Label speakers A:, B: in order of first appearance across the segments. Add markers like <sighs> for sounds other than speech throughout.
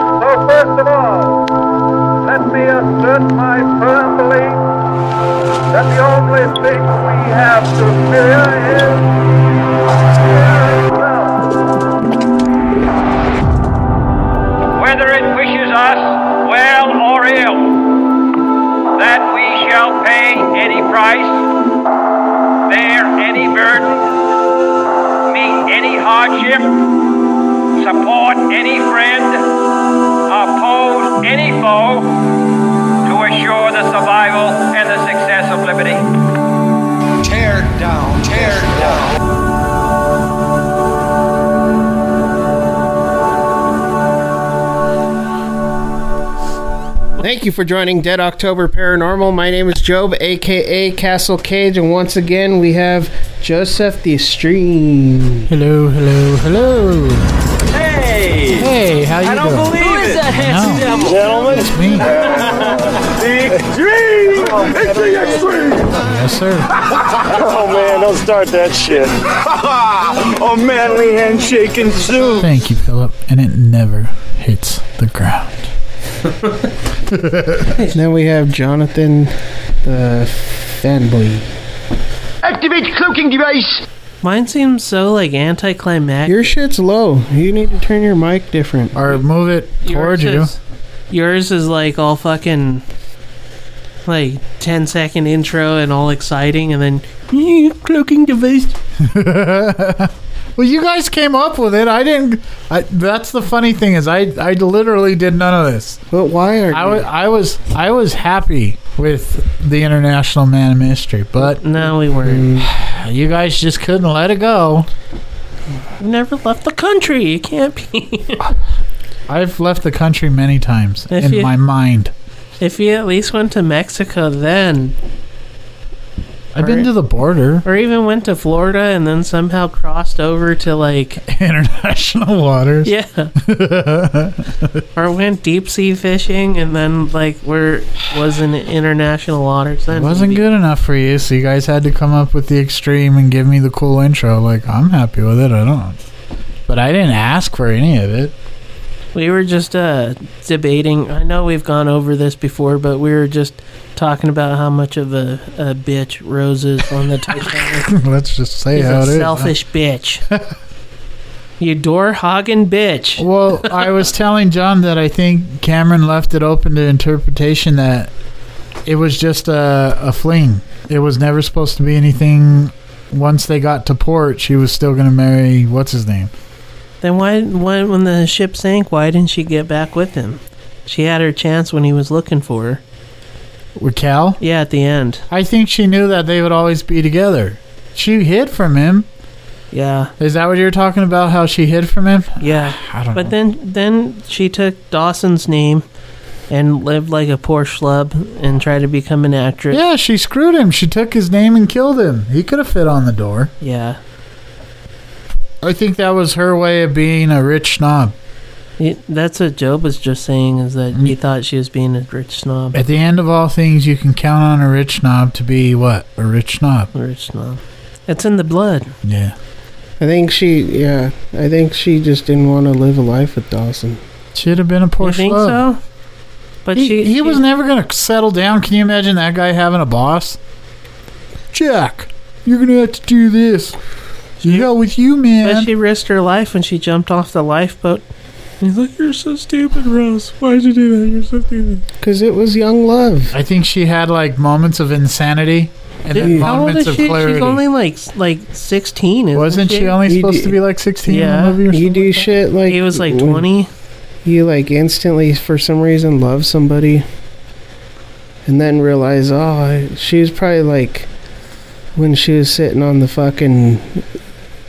A: First of all, let me assert my firm belief that the only thing we have to fear is fear itself.
B: whether it wishes us well or ill, that we shall pay any price, bear any burden, meet any hardship, support any friend, oppose any foe, to assure the survival and the success of liberty.
C: tear down, tear down.
D: Thank you for joining Dead October Paranormal. My name is Job, aka Castle Cage, and once again we have Joseph the Stream.
E: Hello, hello, hello.
F: Hey!
E: Hey, how you
F: I don't
E: doing?
F: believe it!
E: No.
F: Gentlemen,
E: It's me.
F: the dream!
E: Yes, sir.
F: Oh man, don't start that shit. oh manly handshake and zoom.
E: Thank you, Philip. And it never hits the ground.
D: And then we have Jonathan the Fanboy.
G: Mine seems so like anticlimactic.
D: Your shit's low. You need to turn your mic different.
E: Or move it towards you.
G: is, yours is like all fucking like 10 second intro and all exciting, and then cloaking device.
E: Well, you guys came up with it. I didn't. I, that's the funny thing is, I I literally did none of this.
D: But why are
E: I was I was I was happy with the International Man of Mystery, but
G: No, we weren't.
E: you guys just couldn't let it go.
G: You never left the country. You can't be. <laughs>
E: I've left the country many times
G: If
E: in
G: you-
E: my mind.
G: if you at least went to Mexico then,
E: I've been to the border, <laughs>
G: or even went to Florida and then somehow crossed over to like, <laughs>
E: international waters.
G: yeah. or went deep sea fishing and then like were was in international waters
E: It
G: then.
E: wasn't good enough for you, so you guys had to come up with the extreme and give me the cool intro. Like, I'm happy with it. I don't. But I didn't ask for any of it.
G: We were just uh, debating. I know we've gone over this before, but we were just talking about how much of a, a bitch Rose is on
E: <laughs>
G: the Titanic.
E: <laughs> Let's just say
G: He's
E: how
G: a
E: it is.
G: selfish bitch. you door hogging bitch.
E: Well, I was telling John that I think Cameron left it open to interpretation that it was just a, a fling. It was never supposed to be anything. Once they got to port, she was still going to marry what's his name.
G: Then why, why, when the ship sank, why didn't she get back with him? She had her chance when he was looking for her.
E: With Cal?
G: Yeah, at the end.
E: I think she knew that they would always be together. She hid from him.
G: Yeah,
E: Is that what you're talking about? How she hid from him?
G: yeah.
E: I don't
G: But
E: know.
G: then, then she took Dawson's name and lived like a poor schlub and tried to become an actress.
E: yeah, she screwed him. She took his name and killed him. He could have fit on the door.
G: yeah.
E: I think that was her way of being a rich snob.
G: It, that's what Job was just saying is that he thought she was being a rich snob.
E: At the end of all things, you can count on a rich snob to be what? A rich snob.
G: Rich snob. It's in the blood.
E: Yeah.
D: I think she yeah, I think she just didn't want to live a life with Dawson.
E: Should have been a poor
G: you think
E: schlub.
G: so? But
E: He,
G: she,
E: he
G: she-
E: was never going to settle down. Can you imagine that guy having a boss? Jack, you're going to have to do this. You go with you,
G: But
E: man.
G: she risked her life when she jumped off the lifeboat. He's like, "You're so stupid, Rose. Why'd you do that? You're so stupid."
D: Cause it was young love.
E: I think she had like moments of insanity and then
G: How old is
E: moments of
G: she?
E: clarity.
G: She's only like s- like sixteen, isn't
E: Wasn't she only
D: You
E: supposed
D: do-
E: to be like 16 in
G: Yeah.
E: the movie or
D: You
E: something?
D: do shit like
G: He was like
D: when
G: twenty.
D: You like instantly for some reason love somebody and then realize oh I, she was probably like when she was sitting on the fucking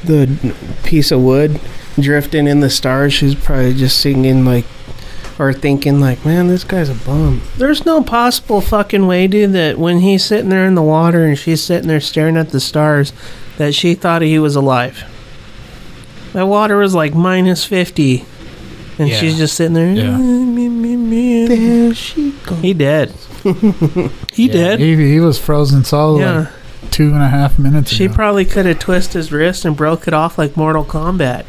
D: the piece of wood drifting in the stars she's probably just singing like or thinking like man this guy's a bum
G: There's no possible fucking way, dude, that when he's sitting there in the water and she's sitting there staring at the stars, that she thought he was alive. That water was like minus 50. And
E: Yeah.
G: she's just sitting there.
E: Yeah.
G: "Me, me, me."
D: there she goes
G: He
D: <laughs>
G: dead. he dead.
E: He, he was frozen solid
G: yeah.
E: like two and a half minutes
G: she
E: ago.
G: probably could have twisted his wrist and broke it off like Mortal Kombat.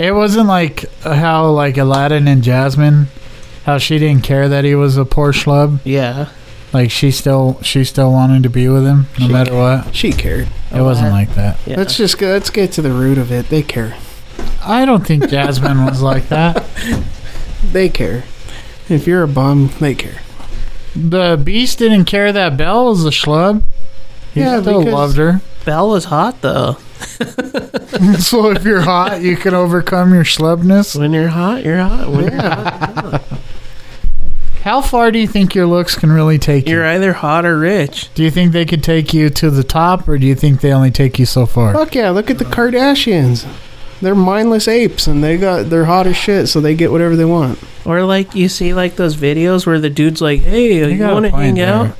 E: It wasn't like how like Aladdin and Jasmine, how she didn't care that he was a poor schlub.
G: Yeah.
E: Like she still she still wanted to be with him no
D: She-
E: matter what.
D: She cared.
E: It wasn't
G: Aladdin.
E: like that.
G: yeah.
D: Let's just go. Let's get to the root of it. They care.
E: I don't think Jasmine was like that.
D: They care. If you're a bum, they care.
E: The Beast didn't care that Belle was a schlub. He
D: Yeah,
E: still
D: because-
G: <laughs>
E: loved her.
G: Belle was hot though.
E: so if you're hot, you can overcome your schlubness.
G: When you're hot, you're hot. When you're hot,
E: How far do you think your looks can really take
G: you're
E: you?
G: either hot or rich.
E: Do you think they could take you to the top, or do you think they only take you so far?
D: Fuck yeah! Look at the Kardashians. They're mindless apes, and they got they're hot as shit, so they get whatever they want.
G: Or like you see like those videos where the dude's like, "Hey, you,
E: got a
G: want to
E: point
G: hang
E: there.
G: out?"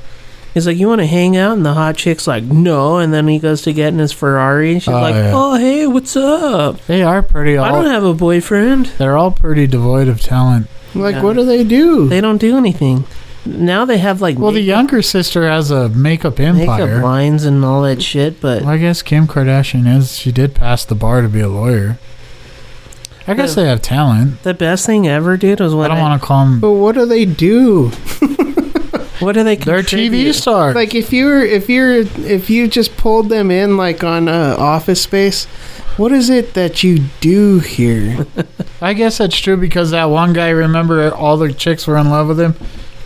G: He's like, "You want to hang out?" And the hot chick's like, "No." And then he goes to get in his Ferrari, and she's
E: Oh,
G: like,
E: yeah.
G: "Oh, hey, what's up?
E: They are pretty.
G: I
E: All,
G: don't have a
E: <laughs>
G: boyfriend."
E: they're all pretty devoid of talent.
D: Like,
G: Yeah.
D: what do they do?
G: They don't do anything. Now they have like
E: Well, the younger sister has a makeup
G: makeup
E: empire.
G: lines and all that shit, but
E: Well, I guess Kim Kardashian is. She did pass the bar to be a lawyer. I guess
G: Yeah.
E: they have talent.
G: the best thing ever, dude, was
E: I
G: when
E: don't
G: I-
E: want to call them.
D: but what do they do?
G: what are they?
E: They're TV
G: contribute?
E: stars.
D: Like if you're if you're if you just pulled them in like on uh, Office Space, what is it that you do here?
E: I guess that's true because that one guy, remember, all the chicks were in love with him,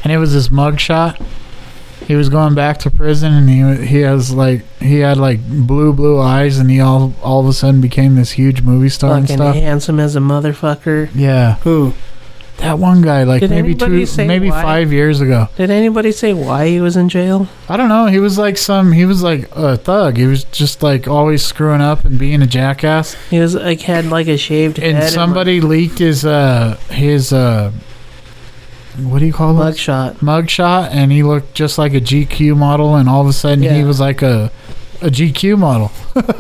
E: and it was his mugshot. He was going back to prison, and he wa- he has like he had like blue blue eyes, and he all all of a sudden became this huge movie star and
G: Fucking
E: stuff.
G: handsome as a motherfucker.
E: Yeah,
D: Who?
E: that one guy, like
G: Did
E: maybe
G: anybody
E: two,
G: say
E: maybe
G: why?
E: five years ago.
G: Did anybody say why he was in jail?
E: I don't know. He was like some. He was like a thug. He was just like always screwing up and being a jackass.
G: He was like had like a shaved head
E: And
G: like,
E: somebody leaked his uh his uh what do you call it? <laughs>
G: mugshot.
E: mugshot and he looked just like a GQ model and all of a sudden he
G: Yeah.
E: was like a a GQ model.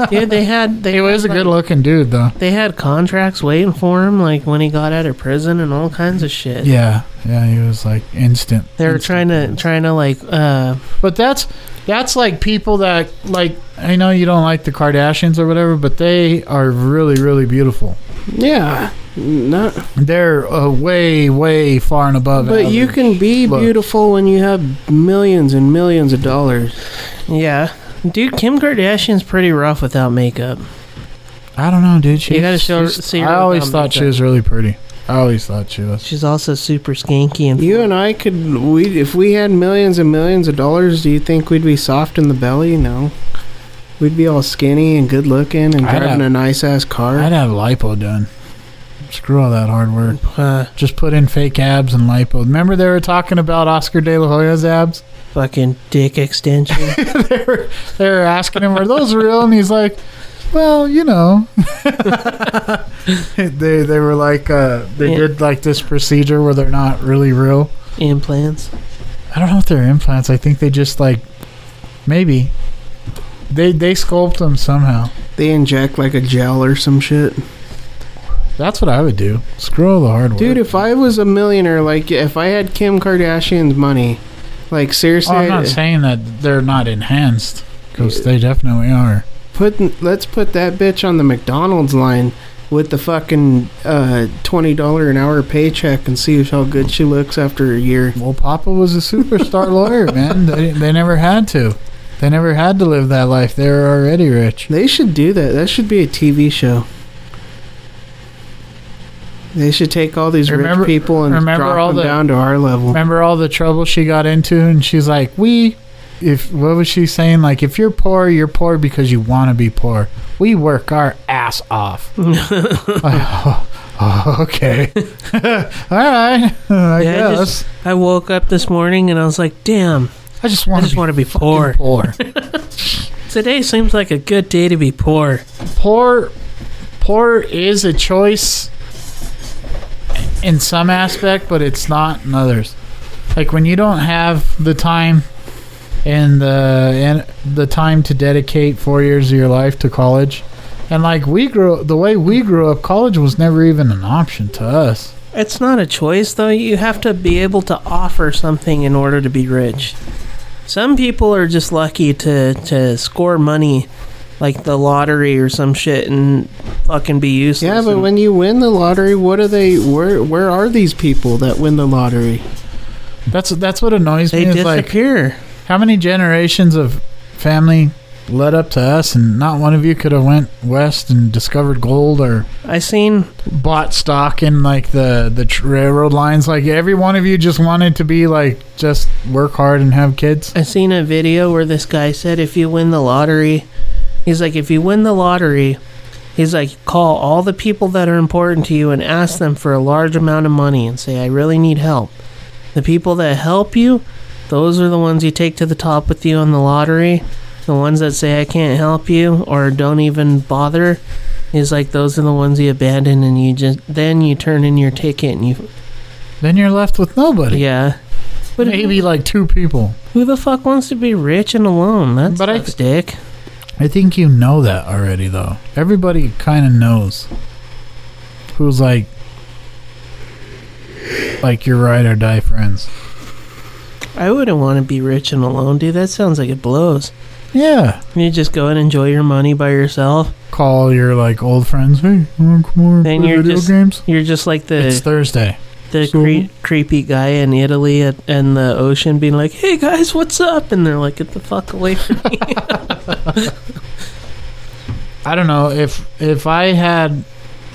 G: Yeah, they had they
E: He was a
G: had,
E: good
G: like,
E: looking dude though.
G: They had contracts waiting for him, like when he got out of prison and all kinds of shit.
E: Yeah. Yeah, he was like instant.
G: They were trying to trying to like uh
E: But that's that's like people that like I know you don't like the Kardashians or whatever, but they are really really beautiful.
D: Yeah, not.
E: They're uh, way way far and above.
D: But you
E: average.
D: can be
E: Look.
D: beautiful when you have millions and millions of dollars.
G: yeah. Dude, Kim Kardashian's pretty rough without makeup.
E: I don't know, dude. She
G: You gotta show her- see her
E: I always
G: without
E: thought she
G: makeup.
E: was really pretty. I always thought she was.
G: She's also super skanky and
D: You and I could we if we had millions and millions of dollars, do you think we'd be soft in the belly? No. We'd be all skinny and good looking and
E: I'd have-
D: driving a nice ass car.
E: I'd have lipo done. Screw all that hard work.
G: uh,
E: Just put in fake abs and lipo. Remember they were talking about Oscar De La Hoya's abs? <laughs>
G: fucking dick extension.
E: they, were, they were asking him, are those real? And he's like, well, you know. <laughs> they they were like, uh, they
G: Yeah.
E: did like this procedure where they're not really real.
G: implants.
E: I don't know if they're implants. I think they just like, maybe. They, they sculpt them somehow.
D: They inject like a gel or some shit.
E: That's what I would do. Screw all the hard work.
D: Dude, if I was a millionaire, like if I had Kim Kardashian's money, like seriously,
E: Oh, I'm not
D: I'd-
E: saying that they're not enhanced because they definitely are.
D: put let's put that bitch on the McDonald's line with the fucking uh, twenty dollar an hour paycheck and see how good she looks after a year.
E: Well, Papa was a superstar <laughs> lawyer, man. They, they never had to. They never had to live that life. They were already rich.
D: They should do that. That should be a TV show. They should take all these
E: Remember-
D: rich people and
E: remember
D: drop
E: all
D: them
E: the-
D: down to our level.
E: Remember all the trouble she got into, and she's like, "We, if what was she saying? Like, if you're poor, you're poor because you want to be poor. We work our ass
G: <laughs>
E: off." Like, oh, oh, okay, <laughs> all right. <laughs> I
G: Yeah, I
E: guess I
G: just-
E: just,
G: I woke up this morning and I was like, damn, I
E: want
G: just
E: to be
G: want to
E: <laughs>
G: be poor.
E: poor.
G: Today seems like a good day to be poor.
E: poor poor is a choice in some aspect but it's not in others like when you don't have the time and the and the time to dedicate four years of your life to college and like we grew the way we grew up college was never even an option to us
G: It's not a choice, though. You have to be able to offer something in order to be rich. Some people are just lucky to, to score money like the lottery or some shit and fucking be useless.
D: Yeah, but
G: and-
D: when you win the lottery, what are they? Where where are these people that win the lottery?
E: That's that's what annoys
G: they
E: me. Is like
G: disappear.
E: how many generations of family led up to us, and not one of you could have went west and discovered gold or
G: I seen
E: bought stock in like the the tr- railroad lines. Like every one of you just wanted to be like just work hard and have kids.
G: I seen a video where this guy said if you win the lottery, he's like if you win the lottery, he's like call all the people that are important to you and ask them for a large amount of money and say I really need help. The people that help you, those are the ones you take to the top with you on the lottery. The ones that say I can't help you or don't even bother is like those are the ones you abandon and you just then you turn in your ticket and you
E: Then you're left with nobody.
G: yeah.
E: But maybe like two people.
G: Who the fuck wants to be rich and alone? That's
E: But I
G: sucks, dick.
E: I think you know that already, though. Everybody kind of knows who's like, like your ride or die friends.
G: I wouldn't want to be rich and alone, dude. That sounds like it blows.
E: Yeah,
G: You just go and enjoy your money by yourself.
E: call your like old friends. Hey, wanna come over and
G: Then
E: play
G: you're
E: video
G: just-
E: games.
G: You're just like
E: It's
G: the
E: Thursday.
G: the
E: so-
G: cre- creepy guy in Italy at, and the ocean, being like, "Hey guys, what's up?" And they're like, "Get the fuck away from <laughs> me!"
E: I don't know if if I had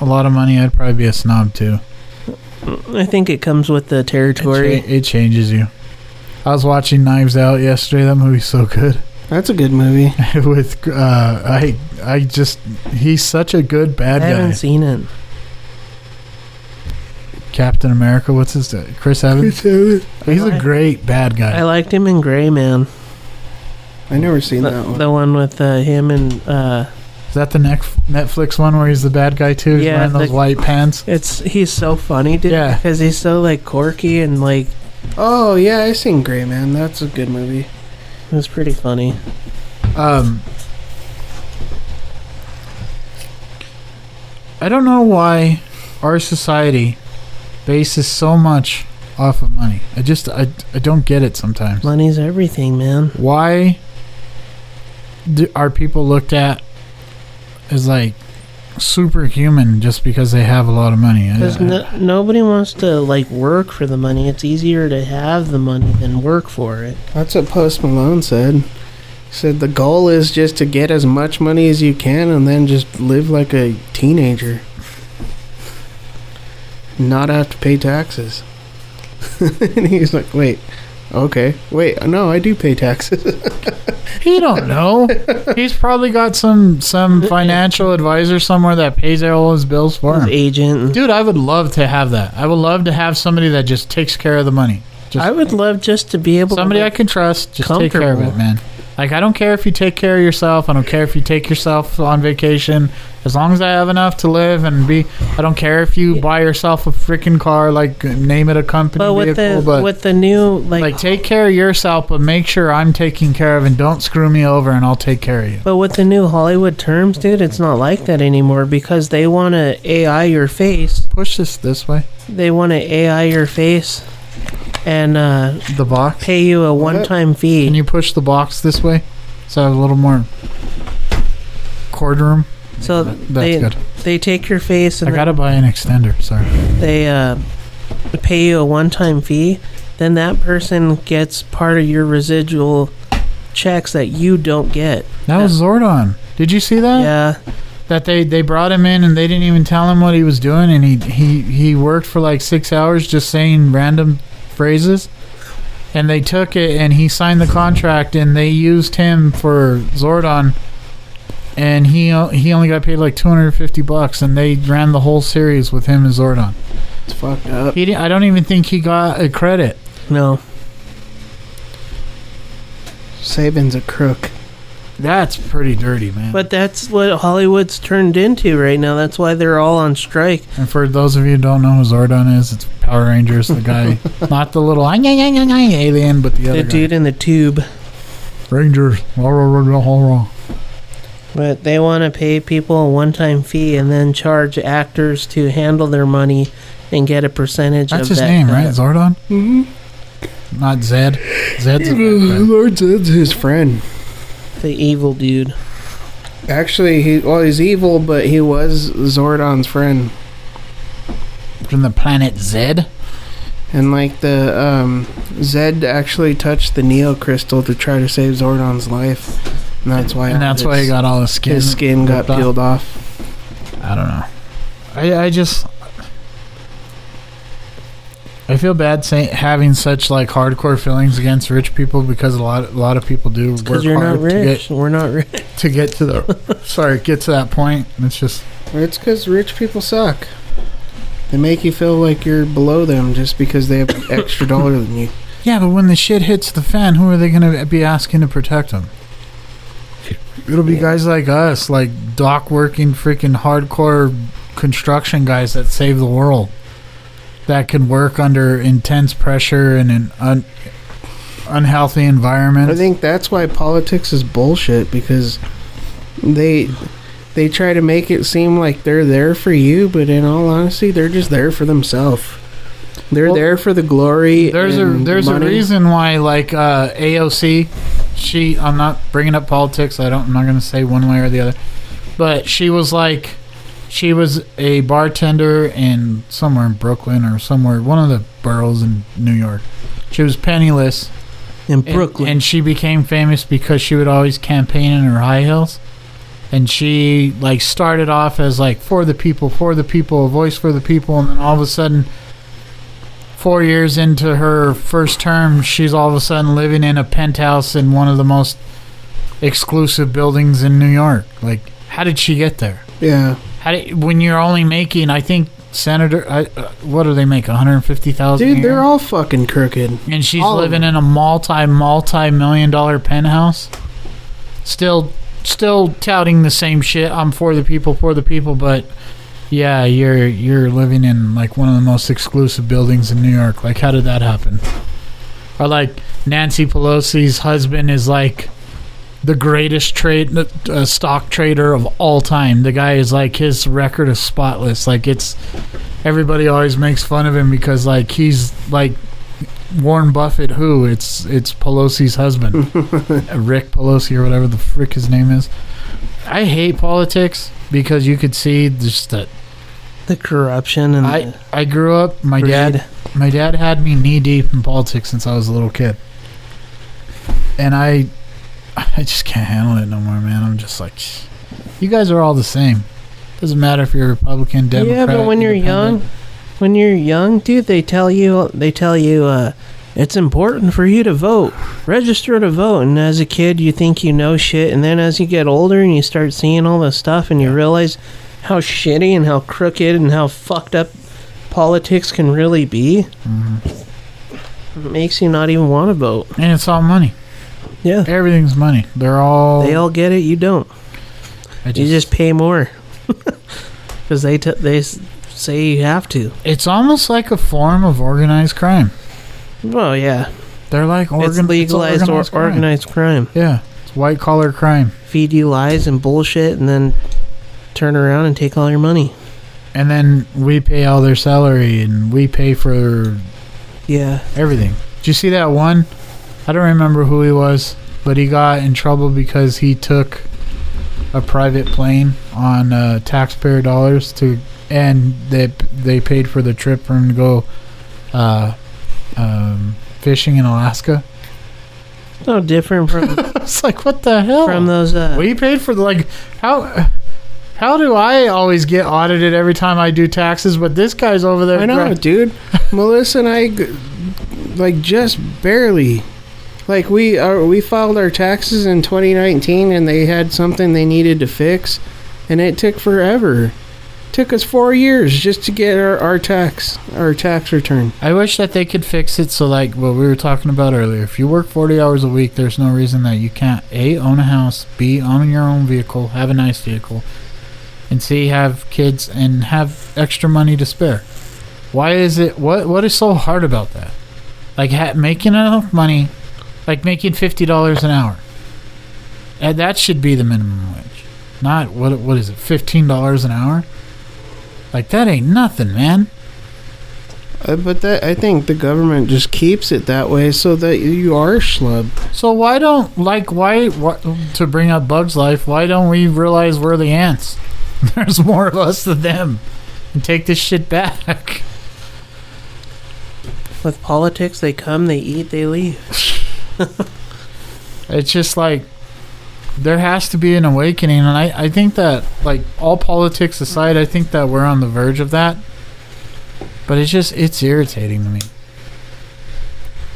E: a lot of money, I'd probably be a snob too.
G: I think it comes with the
E: It, cha-
G: territory.
E: it changes you. I was watching Knives Out yesterday. That movie's so good. <laughs>
D: That's a good movie.
E: With uh, I I just he's such a good
G: I
E: bad guy.
G: haven't seen it.
E: Captain America. What's his name? Chris Evans. He's a great bad
G: I
E: guy.
G: liked him in Gray Man,
D: I never seen
G: the,
D: that one.
G: the one with uh, him and uh,
E: Is that the next Netflix one where he's the bad guy too? He's
G: Yeah,
E: wearing those
G: the-
E: white pants.
G: it's he's so funny, dude.
E: Yeah.
G: because he's so like quirky and like
D: Oh yeah, I seen Gray Man. That's a good movie.
G: it was pretty funny.
E: Um, I don't know why our society bases so much off of money. I just I, I don't get it sometimes.
G: Money's everything, man.
E: Why do, are people looked at as like superhuman just because they have a lot of money? I-
G: Because
E: I-
G: no, nobody wants to like work for the money. It's easier to have the money than work for it.
D: That's what Post Malone said. He said the goal is just to get as much money as you can and then just live like a teenager. Not have to pay taxes. <laughs> and he's like, wait, okay. Wait, no, I do pay taxes. <laughs>
E: He don't know. He's probably got some some financial advisor somewhere that pays all his bills for
G: His
E: him.
G: agent. and-
E: Dude, I would love to have that. I would love to have somebody that just takes care of the money. Just
G: I would love just to be able
E: somebody
G: to
E: I can trust. Just take care of it,
G: Comfortable.
E: man. Like I don't care if you take care of yourself. I don't care if you take yourself on vacation. As long as I have enough to live and be, I don't care if you buy yourself a freaking car. Like name it a company
G: But with
E: vehicle,
G: the
E: but
G: with the new like,
E: like take care of yourself, but make sure I'm taken care of and don't screw me over, and I'll take care of you.
G: but with the new Hollywood terms, dude, it's not like that anymore because they want to AI your face.
E: Push this this way.
G: They want to AI your face and uh,
E: The box.
G: pay you a one-time
E: Can
G: fee.
E: you push the box this way? So I have a little more courtroom.
G: So
E: That's
G: they
E: good.
G: they take your face and
E: I
G: then
E: gotta buy an extender. Sorry.
G: they uh, pay you a one-time fee, then that person gets part of your residual checks that you don't get.
E: That was Zordon. Did you see that?
G: Yeah,
E: That they, they brought him in and they didn't even tell him what he was doing, and he he he worked for like six hours just saying random phrases. And they took it and he signed the contract and they used him for Zordon. And he o- he only got paid like 250 bucks, and they ran the whole series with him and Zordon.
D: it's fucked up.
E: He didn't, I don't even think he got a credit.
G: no,
D: Saban's a crook.
E: That's pretty dirty, man.
G: but that's what Hollywood's turned into right now. That's why they're all on strike.
E: and for those of you who don't know who Zordon is, it's Power Rangers, the guy, not the little "Ah, nyah, nyah, nyah, nyah," alien, but the other
G: The dude in the tube,
E: guy. Rangers. Rah, rah, rah, rah, rah, rah.
G: but they want to pay people a one-time fee and then charge actors to handle their money and get a percentage
E: That's
G: of
E: his
G: that.
E: name, right? Zordon. Mm-hmm. Not Zed. Zed's a bad guy.
D: Lord Zed's his friend.
G: The evil dude.
D: Actually, he well, he's evil, but he was Zordon's friend,
E: From the planet Zed?
D: and like the um, Zed actually touched the Neo Crystal to try to save Zordon's life, and that's why
E: And that's
D: his-
E: why he got all the skin.
D: his skin got
E: ripped off.
D: peeled off.
E: I don't know. I I just I feel bad saying having such like hardcore feelings against rich people because a lot a lot of people do work
G: Because you're
E: hard
G: not rich.
E: to
G: We're not rich.
E: get to get to the sorry get to that point. It's just
D: It's because rich people suck. They make you feel like you're below them just because they have
E: <coughs>
D: an extra dollar than you.
E: yeah, but when the shit hits the fan, who are they gonna be asking to protect them? It'll be guys like us, like dock working freaking hardcore construction guys that save the world, that can work under intense pressure and an un- unhealthy environment.
D: I think that's why politics is bullshit because they they try to make it seem like they're there for you, but in all honesty, they're just there for themselves. They're
E: Well,
D: there for the glory.
E: there's a
D: and
E: there's
D: money.
E: a reason why like uh, AOC, she I'm not bringing up politics. I don't I'm not going to say one way or the other, but she was like, she was a bartender in somewhere in Brooklyn or somewhere one of the boroughs in New York. She was penniless
G: In
E: and-
G: Brooklyn.
E: and she became famous because she would always campaign in her high heels. And she like started off as like for the people, for the people, a voice for the people, and then all of a sudden four years into her first term, she's all of a sudden living in a penthouse in one of the most exclusive buildings in New York. Like, how did she get there?
D: Yeah,
E: How did, when you're only making, I think, Senator, I, uh, what do they make? One hundred fifty thousand.
D: dude, they're all fucking crooked.
E: and she's
D: all of
E: living in a multi multi million dollar penthouse. Still, still touting the same shit. I'm for the people, for the people, but. Yeah, you're you're living in like one of the most exclusive buildings in New York. Like, how did that happen? Or like Nancy Pelosi's husband is like the greatest trade uh, stock trader of all time. The guy is like his record is spotless. Like it's everybody always makes fun of him because like he's like Warren Buffett who it's it's
G: <laughs>
E: Pelosi's husband. Rick Pelosi or whatever the frick his name is. I hate politics because you could see just that
G: the corruption and
E: I,
G: the
E: I grew up. My
G: Mm. greed.
E: dad, my dad had me knee deep in politics since I was a little kid, and I, <laughs> I just can't handle it no more, man. I'm just like, you guys are all the same. Doesn't matter if you're Republican,
G: yeah,
E: Democrat.
G: but when you're young,
E: Independent.
G: when you're young, dude, they tell you they tell you uh, it's important for you to vote, register to vote. And as a kid, you think you know shit, and then as you get older and you start seeing all this stuff, and you realize how shitty and how crooked and how fucked up politics can really be,
E: Mm-hmm.
G: it makes you not even want to vote.
E: and it's all money.
G: Yeah,
E: Everything's money. They're all.
G: they all get it. You don't.
E: I
G: You just pay more <laughs> because they t- they s- say you have to.
E: It's almost like a form of organized crime.
G: Well, yeah.
E: They're like organ,
G: it's legalized
E: it's
G: or
E: crime.
G: organized crime.
E: Yeah, it's white collar crime.
G: Feed you lies and bullshit, and then turn around and take all your money.
E: And then we pay all their salary, and we pay for
G: Yeah,
E: everything. Did you see that one? I don't remember who he was, but he got in trouble because he took a private plane on uh, taxpayer dollars to, and they they paid for the trip for him to go uh, um, fishing in Alaska. <laughs>
G: no different <laughs> from
E: It's like what the hell?
G: from those. Uh,
E: we paid for the like how. How do I always get audited every time I do taxes? But this guy's over there.
D: I know, dude. Melissa and I, g- like, just barely. Like we are, we filed our taxes in 2019, and they had something they needed to fix, and it took forever. Took us four years just to get our, our tax our tax return.
E: I wish that they could fix it so, like what we were talking about earlier, if you work 40 hours a week, there's no reason that you can't A, own a house, B, own your own vehicle, have a nice vehicle, and C, have kids and have extra money to spare. Why is it, what, what is so hard about that? Like ha- making enough money, like making $50 an hour. And that should be the minimum wage. Not, what, what is it, $15 an hour? Like that ain't nothing, man.
D: Uh, but that I think the government just keeps it that way so that you are schlubbed.
E: So why don't like why, why to bring up Bugs Life? Why don't we realize we're the ants? <laughs> There's more of us than them, and take this shit back. <laughs>
G: With politics, they come, they eat, they leave.
E: It's just like there has to be an awakening, and I I think that like all politics aside, I think that we're on the verge of that. But it's just it's irritating to me.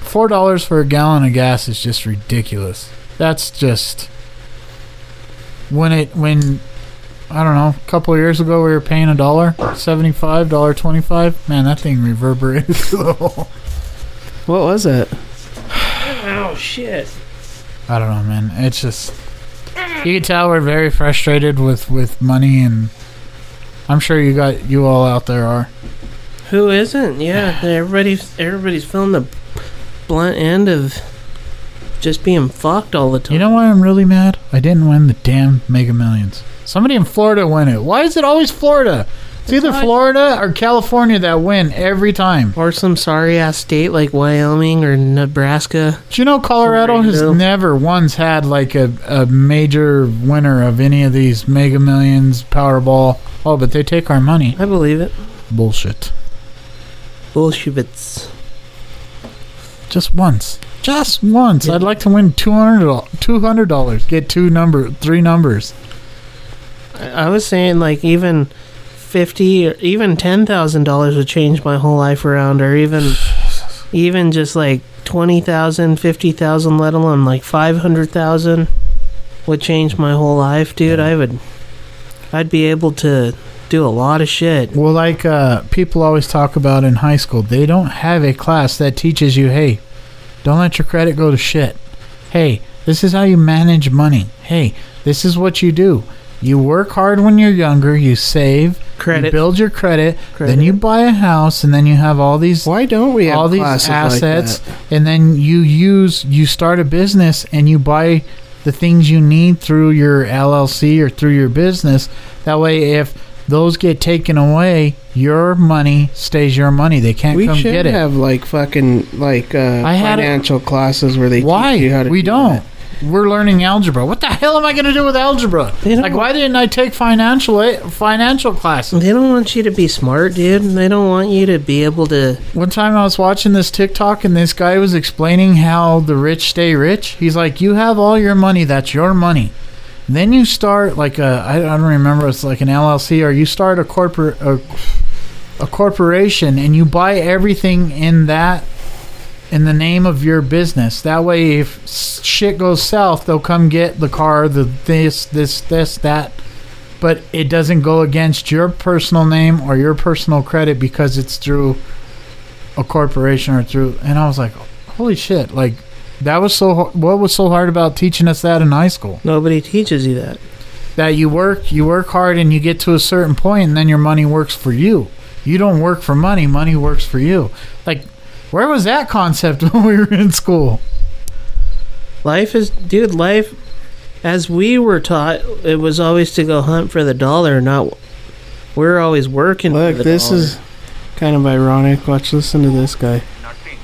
E: Four dollars for a gallon of gas is just ridiculous. That's just when it when I don't know, a couple of years ago we were paying a dollar seventy five, dollar twenty five. Man, that thing reverberated <laughs> through the whole
D: What was it?
G: Oh shit!
E: I don't know, man. It's just you can tell we're very frustrated with with money, and I'm sure you got you all out there are.
G: Who isn't? Yeah, everybody's everybody's feeling the blunt end of just being fucked all the time.
E: You know why I'm really mad? I didn't win the damn Mega Millions. Somebody in Florida won it. Why is it always Florida? It's either
G: not-
E: Florida or California that win every time.
G: or some sorry ass state like Wyoming or Nebraska.
E: Do you know Colorado has
G: Random.
E: never once had like a, a major winner of any of these Mega Millions, Powerball? Oh, but they take our money.
G: I believe it.
E: Bullshit.
G: Bolsheviks.
E: Just once. Just once. I'd like to win $200, $200. Get two number, three numbers.
G: I I was saying like even fifty or even ten thousand dollars would change my whole life around, or even even just like twenty thousand, fifty thousand, let alone like five hundred thousand would change my whole life, dude. I would, I'd be able to do a lot of shit.
E: Well, like uh, people always talk about in high school, they don't have a class that teaches you, hey, don't let your credit go to shit. Hey, this is how you manage money. Hey, this is what you do. You work hard when you're younger, you save, you
G: Credit.
E: build your credit,
G: Credit.
E: then you buy a house, and then you have all these
D: Why don't we have
E: all these
D: classes
E: assets
D: Like
E: and then you use you start a business and you buy the things you need through your LLC or through your business that way if those get taken away your money stays your money they
D: that?
E: can't
D: We
E: come
D: should
E: get it
D: have like fucking like uh,
E: I had a-
D: financial classes where they
E: why
D: teach you how to
E: we
D: do
E: don't
D: that.
E: we're learning algebra what the hell am i going to do with algebra
G: They don't-
E: like why didn't i take financial a- financial classes
G: They don't want you to be smart, dude. They don't want you to be able to.
E: One time I was watching this TikTok and this guy was explaining how the rich stay rich. He's like, You have all your money, that's your money. Then you start like a I I don't remember it's like an LLC or you start a corporate a, a corporation and you buy everything in that in the name of your business. That way if s- shit goes south, they'll come get the car, the this this this that but it doesn't go against your personal name or your personal credit because it's through a corporation or through and i was like holy shit like that was so har- what was so hard about teaching us that in high school
G: Nobody teaches you that.
E: that you work you work hard and you get to a certain point and then your money works for you you don't work for money money works for you like where was that concept <laughs> when we were in school
G: Life is, dude. Life, as we were taught, it was always to go hunt for the dollar, not. We're always working.
D: Look,
G: for the
D: this
G: dollar.
D: is kind of ironic. Watch, listen to this guy.
H: nothing.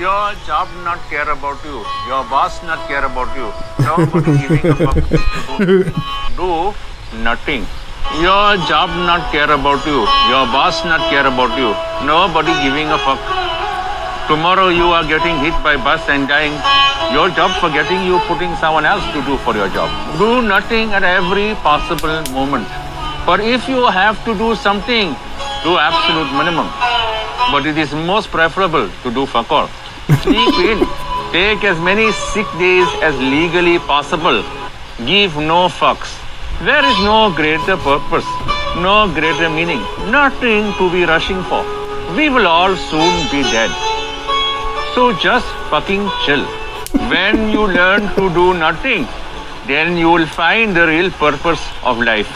H: Your job not care about you. Your boss not care about you. Nobody giving a fuck. Do, do nothing. Your job not care about you. Your boss not care about you. Nobody giving a fuck. Tomorrow you are getting hit by bus and dying. Your job forgetting you putting someone else to do for your job. Do nothing at every possible moment. But if you have to do something, do absolute minimum but it is most preferable to do fuck all. Sleep in. Take as many sick days as legally possible. Give no fucks. There is no greater purpose, no greater meaning, nothing to be rushing for. We will all soon be dead. So just fucking chill. When you learn to do nothing, then you will find the real purpose of life.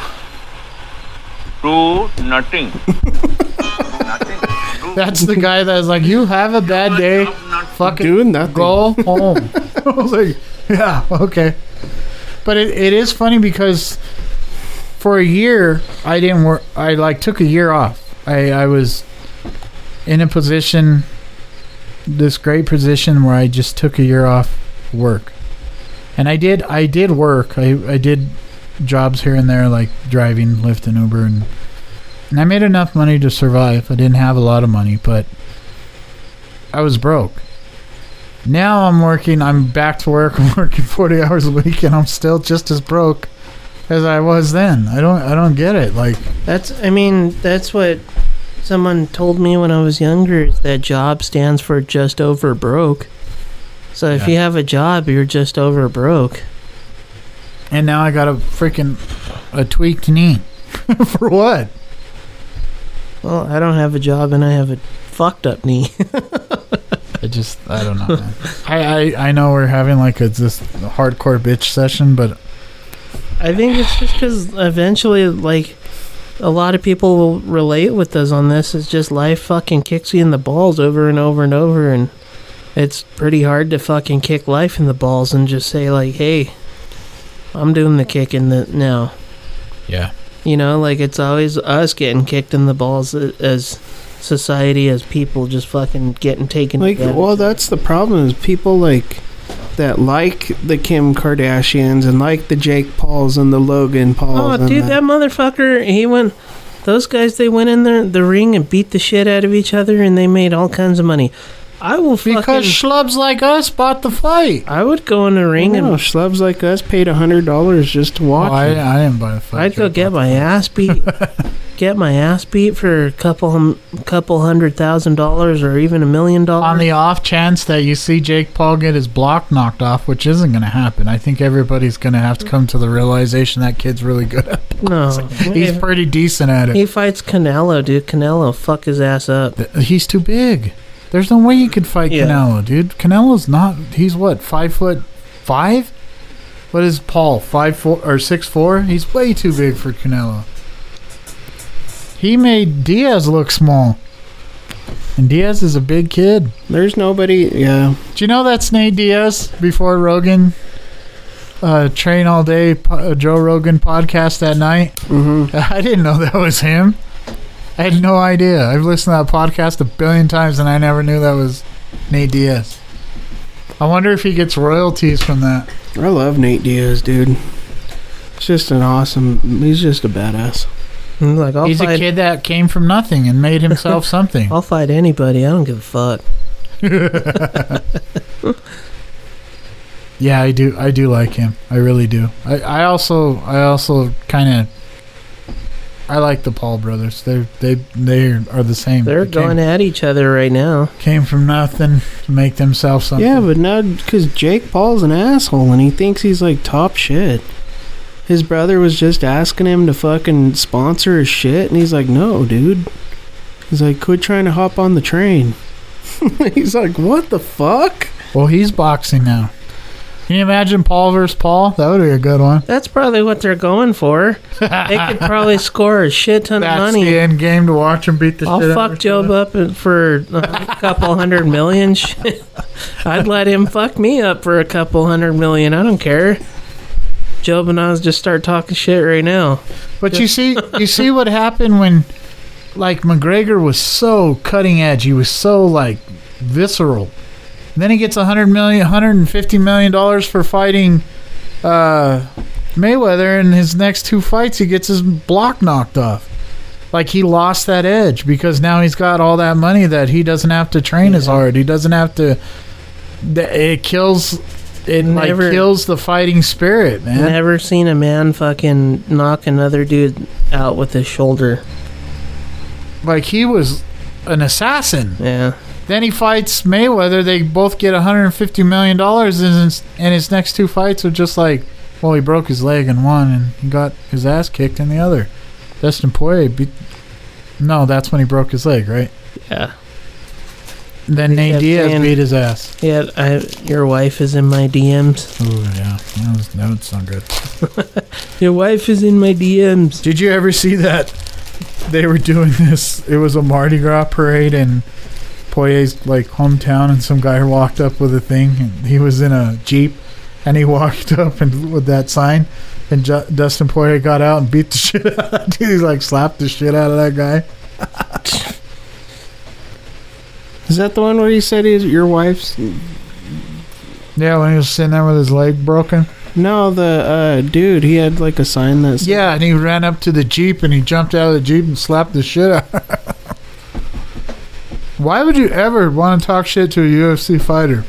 H: Do nothing. nothing. Do
E: that's the guy that was like you have a bad day fucking
D: Do nothing.
E: Go home. <laughs> I was like, yeah, okay. But it, it is funny because for a year I didn't work. I like took a year off. I I was in a position, this great position where I just took a year off work, and I did. I did work. I I did jobs here and there, like driving, Lyft, and Uber, and and I made enough money to survive. I didn't have a lot of money, but I was broke. Now I'm working. I'm back to work. <laughs> I'm working 40 hours a week, and I'm still just as broke as I was then. I don't. I don't get it. Like,
G: That's, I mean, that's what someone told me when I was younger is that job stands for just over broke. So if
E: Yeah.
G: you have a job, you're just over broke.
E: and now I got a freaking a tweaked knee. <laughs> For what?
G: Well, I don't have a job and I have a fucked up knee.
E: I just. I don't know. man. I, I. I know we're having like a this hardcore bitch session, but
G: I think it's just because eventually, like, a lot of people will relate with us on this. It's just life fucking kicks you in the balls over and over and over, and it's pretty hard to fucking kick life in the balls and just say like, "Hey, I'm doing the kicking the now."
E: yeah.
G: You know, like it's always us getting kicked in the balls a- as society, as people, just fucking getting taken.
D: Like,
G: advantage
D: well,
G: of.
D: that's the problem is people like that like the Kim Kardashians and like the Jake Pauls and the Logan Pauls.
G: Oh,
D: and
G: dude,
D: the-
G: that motherfucker, he went. Those guys, they went in there, the ring and beat the shit out of each other, and they made all kinds of money. I will fucking.
E: Because schlubs like us bought the fight.
G: I would go in the
D: I
G: ring
D: know,
G: and
D: schlubs like us paid a hundred dollars just to watch.
E: Oh, I,
D: it.
E: I didn't buy the fight.
G: I'd go
E: I
G: get
E: bought
G: my ass
E: <laughs>
G: beat, get my ass beat for a couple hum- couple hundred thousand dollars or even a million dollars.
E: On the off chance that you see Jake Paul get his block knocked off, which isn't going to happen, I think everybody's going to have to come to the realization that kid's really good. At
G: no,
E: <laughs> He's
G: If
E: pretty decent at
G: he
E: it.
G: fights Canelo, dude. Canelo, fuck his ass up.
E: Th- He's too big. There's no way you could fight
G: Yeah.
E: Canelo, dude. Canelo's not. He's what five foot five. What is Paul five four or six four? He's way too big for Canelo. He made Diaz look small, and Diaz is a big kid.
D: There's nobody. Yeah,
E: Do you know that's Nate Diaz before Rogan? Uh, train all day, po- uh, Joe Rogan podcast that night. Mm-hmm. <laughs> I didn't know that was him. I had no idea. I've listened to that podcast a billion times, and I never knew that was Nate Diaz. I wonder if he gets royalties from that.
D: I love Nate Diaz, dude. It's just an awesome. He's just a badass.
G: I'm like, I'll
E: He's a
G: fight.
E: kid that came from nothing and made himself something.
G: I'll fight anybody. I don't give a fuck.
E: Yeah, I do. I do like him. I really do. I, I also I also kind of I like the Paul brothers. They they they are the same.
G: They're
E: They came-
G: going at each other right now.
E: came from nothing to make themselves something.
D: Yeah, but now because Jake Paul's an asshole and he thinks he's like top shit. His brother was just asking him to fucking sponsor his shit, and he's like, "No, dude." He's like, "Quit trying to hop on the train." <laughs> he's like, "What the fuck?"
E: Well, he's boxing now. Can you imagine Paul versus Paul? That would be a good one.
G: That's probably what they're going for. they could
E: <laughs>
G: probably score a shit ton of
E: That's
G: money.
E: the end game to watch him beat the
G: I'll
E: shit out
G: fuck
E: of each
G: Job
E: other.
G: up and- for a couple hundred million. Shit. I'd let him fuck me up for a couple hundred million. I don't care. Job and I will just start talking shit right now.
E: But you see, you see what happened when, like McGregor was so cutting edge. He was so like visceral. Then he gets 100 million, 150 million dollars for fighting uh, Mayweather, and his next two fights he gets his block knocked off. Like he lost that edge because now he's got all that money that he doesn't have to train as hard. He doesn't have to. th- It kills. It
G: Never-
E: like kills the fighting spirit, man.
G: Never seen a man fucking knock another dude out with his shoulder.
E: Like he was an assassin.
G: Yeah.
E: Then he fights Mayweather. They both get 150 million dollars, and his, and his next two fights are just like, well, he broke his leg in one, and he got his ass kicked in the other. Dustin Poirier beat. No, that's when he broke his leg, right?
G: Yeah.
E: Then Nate
G: kept
E: Diaz
G: saying-
E: beat his ass.
G: Yeah, I, your wife is in my DMs.
E: Oh yeah, that was, that was not good.
G: Your wife is in my DMs.
E: Did you ever see that they were doing this? It was a Mardi Gras parade and Poirier's like hometown, and some guy walked up with a thing, and he was in a jeep, and he <laughs> walked up and with that sign, and Ju- Dustin Poirier got out and beat the <laughs> shit out. Of that dude, he like slapped the shit out of that guy.
D: Is that the one where you said he's your wife's?
E: Yeah, when he was sitting there with his leg broken.
D: No, the uh, dude. He had like a sign that. said-
E: Yeah, and he ran up to the Jeep and he jumped out of the Jeep and slapped the shit out. <laughs> Why would you ever want to talk shit to a UFC fighter?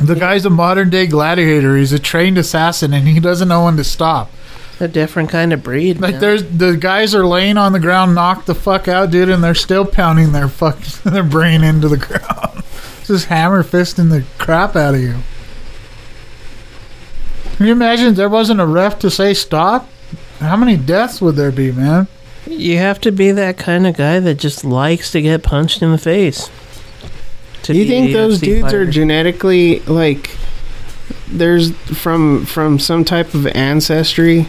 E: The guy's a modern day gladiator. He's a trained assassin and he doesn't know when to stop.
G: A different kind of breed.
E: Like
G: man.
E: there's the guys are laying on the ground, knocked the fuck out, dude, and they're still pounding their fuck <laughs> their brain into the ground, <laughs> just hammer fisting the crap out of you. Can you imagine if there wasn't a ref to say stop? How many deaths would there be, man?
G: You have to be that kind of guy that just likes to get punched in the face. To
D: Do you
G: be
D: think
G: a
D: those
G: UFC
D: dudes are
G: fighter.
D: genetically like there's from from some type of ancestry?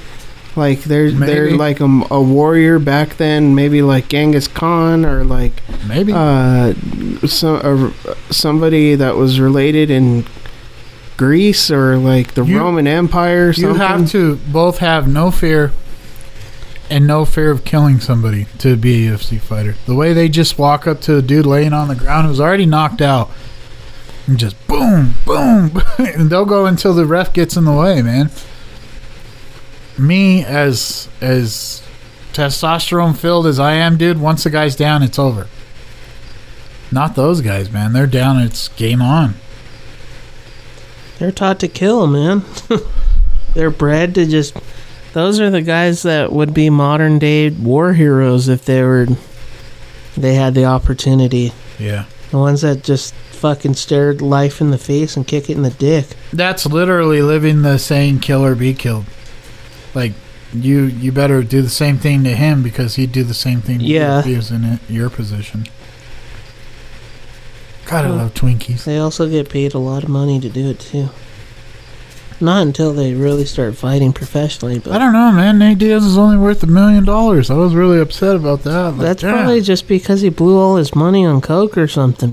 D: Like they're they're
E: Maybe.
D: like a, a warrior back then, maybe like Genghis Khan or like
E: Maybe.
D: uh some uh, somebody that was related in Greece or like the
E: You-
D: Roman Empire. Or
E: you
D: something.
E: have to both have no fear and no fear of killing somebody to be a UFC fighter. The way they just walk up to a dude laying on the ground who's already knocked out and just boom, boom, <laughs> and they'll go until the ref gets in the way, man. Me as as testosterone filled as I am, dude, once the guy's down, it's over. Not those guys, man. They're down, it's game on.
G: They're taught to kill, man. <laughs> They're bred to just. Those are the guys that would be modern day war heroes if they were. They had the opportunity.
E: Yeah.
G: The ones that just fucking stare life in the face and kick it in the dick.
E: That's literally living the saying "kill or be killed." Like you, you better do the same thing to him because he'd do the same thing. To
G: Yeah.
E: you if he was in it, your position. God, I love Twinkies.
G: They also get paid a lot of money to do it too. Not until they really start fighting professionally,
E: I
G: but
E: don't know, man. Nate Diaz is only worth a million dollars. I was really upset about that. Like,
G: that's
E: damn.
G: probably just because he blew all his money on coke or something.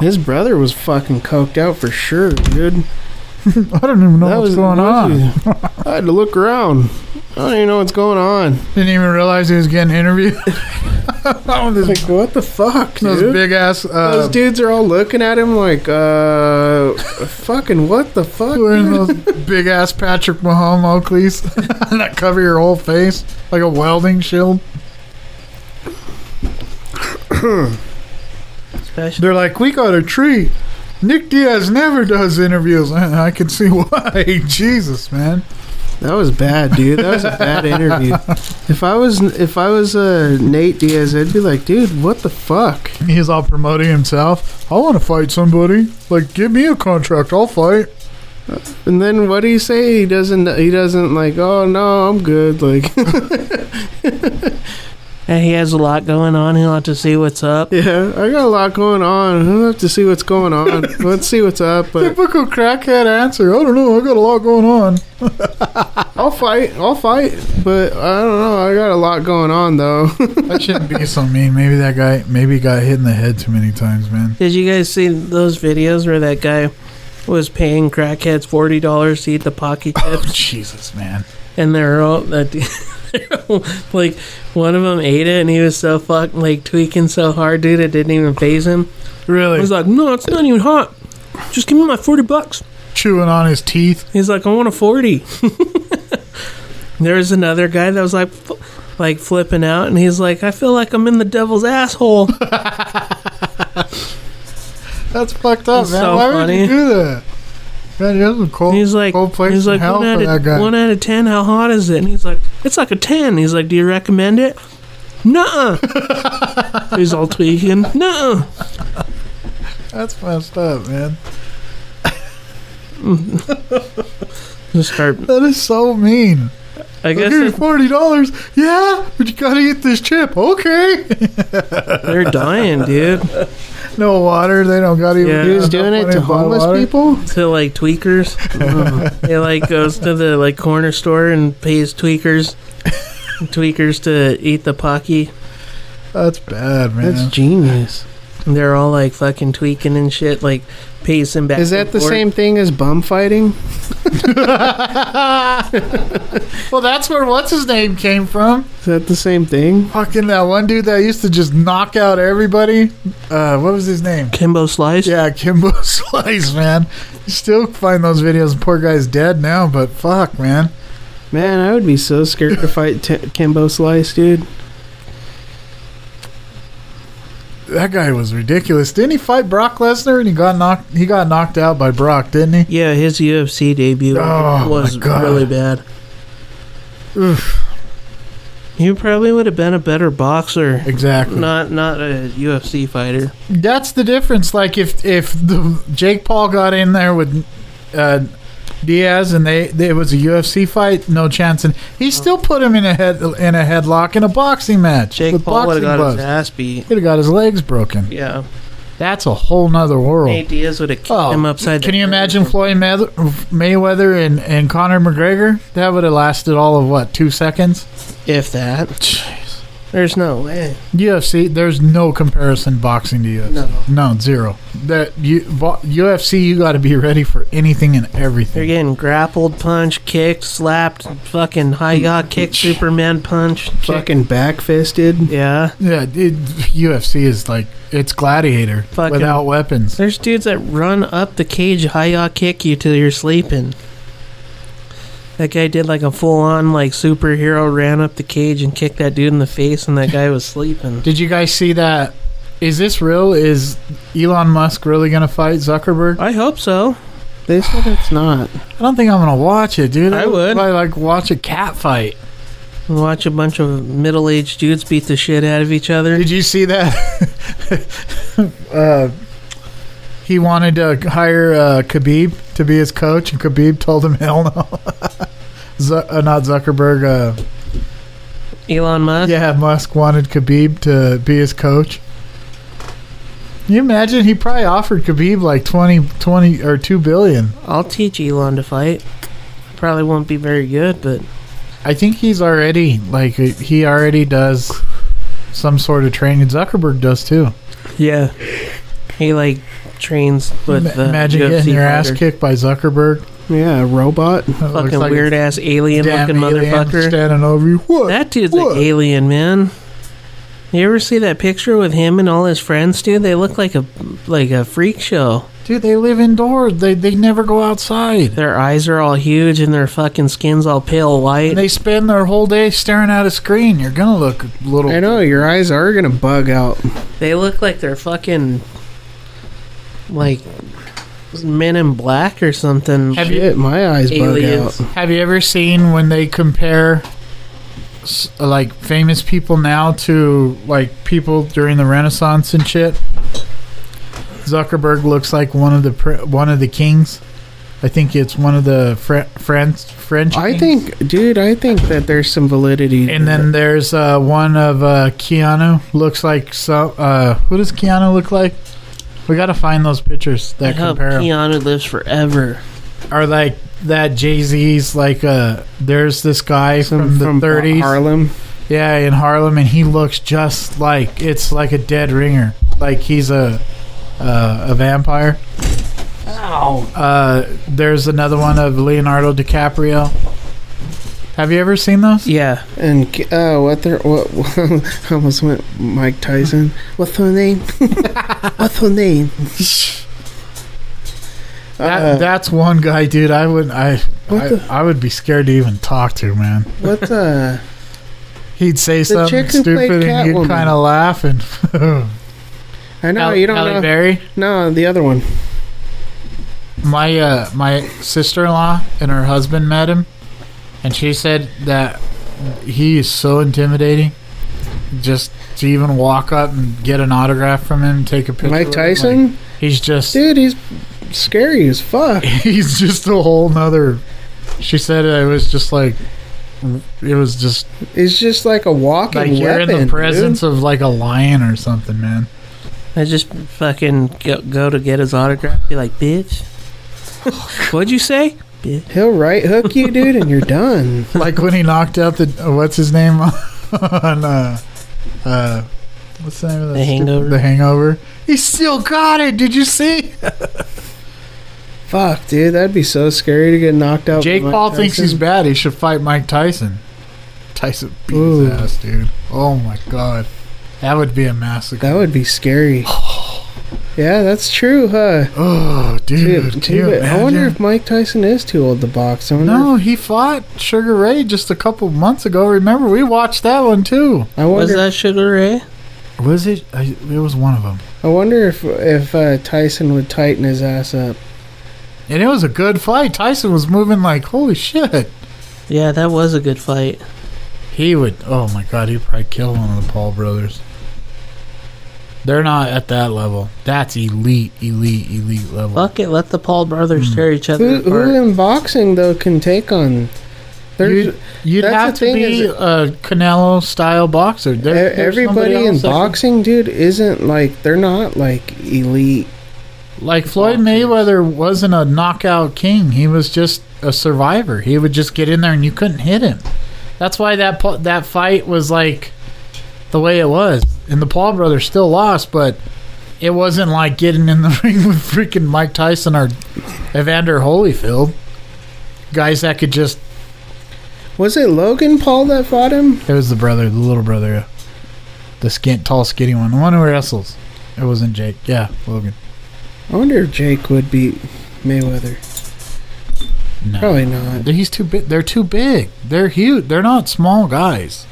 D: His brother was fucking coked out for sure, dude.
E: I don't even know what's going on.
D: I had to look around. I don't even know what's going on.
E: Didn't even realize he was getting interviewed. <laughs> Oh, this-
D: Like what the fuck, dude?
E: <laughs> those big ass. Uh,
D: Those dudes are all looking at him like, uh, fucking what the fuck?
E: Wearing those big ass Patrick Mahomes Oakleys <laughs> that cover your whole face like a welding shield.
G: Especially
E: They're like, we got a treat. Nick Diaz never does interviews. I, I can see <laughs> why. Jesus, man.
D: That was bad, dude. That was a
E: <laughs>
D: bad interview. If I was if I was uh, Nate Diaz, I'd be like, dude, what the fuck?
E: He's all promoting himself. I want to fight somebody. Like, give me a contract. I'll fight.
D: And then what do you say? He doesn't. He doesn't like. Oh no, I'm good. <laughs> Like,
G: And he has a lot going on. He'll have to see what's up.
D: yeah, I got a lot going on. I'll have to see what's going on. Let's see what's up. But
E: <laughs> Typical crackhead answer. I don't know. I got a lot going on.
D: I'll fight. I'll fight. But I don't know. I got a lot going on though. <laughs>
E: That shouldn't be so mean. Maybe that guy, maybe he got hit in the head too many times, man.
G: Did you guys see those videos where that guy was paying crackheads forty dollars to eat the pocky
E: Oh,
G: chips,
E: Jesus, man.
G: and they're all <laughs> that. like one of them ate it, and he was so fucking like tweaking so hard, dude, it didn't even phase him.
E: Really?
G: He's like, "No, it's not even hot. Just give me my forty bucks."
E: chewing on his teeth.
G: He's like, "I want a 40. <laughs> there was another guy that was like, f- like flipping out, and he's like, "I feel like I'm in the devil's asshole."
E: That's fucked up,
G: That's
E: man.
G: so
E: Why would
G: funny.
E: you do that? Man, you have some cold,
G: he's like,
E: cold place
G: he's like
E: in hell
G: one
E: for
G: out,
E: that
G: of,
E: guy.
G: one out of ten. How hot is it? And he's like, it's like a ten. He's like, do you recommend it? Nuh-uh.
E: <laughs>
G: he's all tweaking. Nuh-uh.
E: That's messed up, man.
G: Just start.
E: That is so mean.
G: I
E: Like,
G: guess
E: Here's
G: if
E: forty dollars. Yeah, but you gotta eat this chip. Okay. <laughs>
G: they're dying, dude.
E: no water. They don't got even.
G: Yeah.
D: he was
E: no
D: doing it
E: funny
D: to
E: bottle
D: homeless
E: water.
D: people.
G: To like
E: <laughs>
G: tweakers, it like goes to the like corner store and pays tweakers, tweakers to eat the pocky.
E: That's bad, man.
D: That's genius.
G: They're all like fucking tweaking and shit, like pacing back.
D: Is
G: and
D: that the
G: forth.
D: same thing as bum fighting?
E: <laughs> Well, that's where what's his name came from.
D: Is that the same thing?
E: Fucking that one dude that used to just knock out everybody. Uh, what was his name?
G: Kimbo Slice?
E: Yeah, Kimbo <laughs> Slice, man. You still find those videos. Poor guy's dead now, but fuck, man.
D: Man, I would be so scared to fight T- Kimbo Slice, dude.
E: That guy was ridiculous. Didn't he fight Brock Lesnar and he got knocked? He got knocked out by Brock, didn't he?
G: Yeah, his UFC debut
E: Oh, my
G: was
E: God.
G: really bad.
E: Oof.
G: You probably would have been a better boxer,
E: Exactly.
G: not not a UFC fighter.
E: That's the difference. Like if if the Jake Paul got in there with uh, Diaz and they, they it was a UFC fight, no chance. And he still put him in a head in a headlock in a boxing match.
G: Jake
E: with
G: Paul would have
E: boxing
G: got
E: gloves.
G: his ass beat.
E: He'd have got his legs broken.
G: Yeah,
E: That's a whole nother world.
G: Nate Diaz would have kicked
E: Oh,
G: him upside.
E: Can
G: the
E: you
G: head.
E: imagine Floyd Mayth- Mayweather and, and Conor McGregor? That would have lasted all of what two seconds.
G: if that? There's no way.
E: UFC, there's no comparison boxing to UFC. No, zero. That you vo- UFC, you got to be ready for anything and
G: They're
E: everything.
G: getting grappled, punched, kicked, slapped, fucking
E: Mm,
G: high got kicked, Superman punch.
D: Fucking back fisted.
G: Yeah.
E: Yeah, it, UFC is like it's gladiator
G: Fucking-
E: without weapons.
G: There's dudes that run up the cage, high yaw kick you till you're sleeping. That guy did like a full on like superhero ran up the cage and kicked that dude in the face and that guy was sleeping.
E: Did you guys see that? Is this real? Is Elon Musk really gonna fight Zuckerberg?
G: I hope so.
D: They said it's not.
E: I don't think I'm gonna watch it, dude.
G: I would.
E: probably, like watch a cat fight.
G: Watch a bunch of middle aged dudes beat the shit out of each other.
E: Did you see that? <laughs> uh, he wanted to hire uh, Khabib to be his coach, and Khabib told him, "Hell no." <laughs> Zu- uh, not Zuckerberg. Uh,
G: Elon Musk?
E: yeah, Musk wanted Khabib to be his coach. Can you imagine? He probably offered Khabib like 20, 20 or two billion.
G: I'll teach Elon to fight. Probably won't be very good, but
E: I think he's already like uh, he already does some sort of training. Zuckerberg does too.
G: yeah. He like trains with
E: Ma-
G: uh,
E: imagine
G: UFC
E: getting your ass
G: fighter.
E: kicked by Zuckerberg.
D: Yeah, a robot.
E: It looks
G: Fucking
E: like a
G: weird ass alien
E: damn
G: looking
E: alien
G: motherfucker.
E: standing over you. What?
G: That dude's
E: What?
G: an alien, man. You ever see that picture with him and all his friends, dude? They look like a like a freak show.
E: Dude, they live indoors. They they never go outside.
G: Their eyes are all huge and their fucking skin's all pale white.
E: They spend their whole day staring at a screen. You're gonna look a little.
D: I know your eyes are gonna bug out.
G: They look like they're fucking like men in black or something.
E: Have you
D: Shit, my eyes
G: Aliens.
D: bug out.
E: have you ever seen when they compare s- like famous people now to like people during the Renaissance and shit? Zuckerberg looks like one of the pr- one of the kings. I think it's one of the Fre- French French.
D: I
E: kings.
D: think, dude, I think that there's some validity. to
E: And then there's uh, one of uh, Keanu. Looks like so. Uh, who does Keanu look like? We gotta find those pictures
G: I
E: that
G: hope
E: compare. 'em.
G: Keanu lives forever.
E: Are like that Jay Z's like uh, there's this guy
D: some
E: from the 30s.
D: Harlem.
E: Yeah, in Harlem, and he looks just like it's like a dead ringer. Like he's a uh, a vampire. Ow. Uh, there's another one of Leonardo DiCaprio. Have you ever seen those?
G: Yeah.
D: And K- oh, what their what? <laughs> I almost went Mike Tyson. What's her name? <laughs> What's her name?
E: That,
D: Uh,
E: that's one guy, dude. I would I
D: What
E: I,
D: the-
E: I would be scared to even talk to man.
D: What's uh?
E: He'd say something
D: chick who played
E: stupid and you'd
D: Catwoman.
E: kind of
D: <laughs>
E: laugh and.
D: I know
E: Halle-
D: you don't
E: Halle
D: know.
E: Berry.
D: No, the other one.
E: My uh, my sister in law and her husband met him, and she said that he is so intimidating. Just to even walk up and get an autograph from him, take a picture.
D: Mike
E: with him,
D: Tyson,
E: like, he's just
D: dude, he's scary as fuck.
E: <laughs> he's just a whole nother. She said it was just like it was just
D: He's just like a walking
E: like you're
D: weapon.
E: in the
D: dude.
E: presence of like a lion or something, man.
D: <laughs>
G: I just fucking go, go to get his autograph. Be like,
E: <laughs>
G: bitch. What'd you say? Bitch.
D: He'll right hook you, dude, and
E: <laughs>
D: you're done.
E: Like when he knocked out the uh, what's his name on uh, uh, What's the name of that?
G: The
E: stupid-
G: Hangover?
E: The Hangover. He still got it. Did you see?
D: Fuck, dude, that'd be so scary to get knocked out. by
E: Jake
D: Oh, Mike
E: Paul thinks he's
D: Tyson.
E: bad. He should fight Mike Tyson. Tyson beat
D: Ooh.
E: his ass, dude. Oh my god, that would be a massacre.
D: That would be
E: <sighs>
D: scary. yeah, that's true, huh?
E: oh,
D: Dude,
E: dude, dude,
D: dude, I wonder
E: imagine?
D: if Mike Tyson is too old to box. I wonder.
E: No, he fought Sugar Ray just a couple months ago. Remember, we watched that one too.
D: I
G: Was
D: wonder.
G: that Sugar Ray?
E: Was it? I, it was one of them,
D: I wonder if if uh, Tyson would tighten his ass up.
E: and it was a good fight. Tyson was moving like holy shit.
G: Yeah, that was a good fight.
E: He would. Oh my god, he'd probably kill one of the Paul brothers. They're not at that level. That's elite, elite, elite level.
G: Fuck it, let the Paul
E: Hmm.
G: brothers tear each other
D: Who,
G: apart.
D: who in boxing though can take on? There's
E: You'd, you'd
D: that's
E: have
D: the
E: to
D: thing
E: be
D: is-
E: a Canelo style boxer.
D: e-
E: There- there's
D: everybody
E: somebody
D: in
E: else that can-
D: boxing, dude, isn't like they're not like elite.
E: like Floyd Mayweather wasn't a knockout king. He was just a survivor. He would just get in there and you couldn't hit him. That's why that pa- that fight was like the way it was. And the Paul brothers still lost, but it wasn't like getting in the <laughs> ring with freaking Mike Tyson or Evander Holyfield. Guys that could just
D: Was it Logan Paul that fought him?
E: It was the brother, the little brother, the skin, tall, skinny one, the one who wrestles. It wasn't Jake. Yeah, Logan.
D: I wonder if Jake would beat Mayweather.
E: No,
D: Probably not.
E: he's too big. They're too big. They're huge. They're not small guys.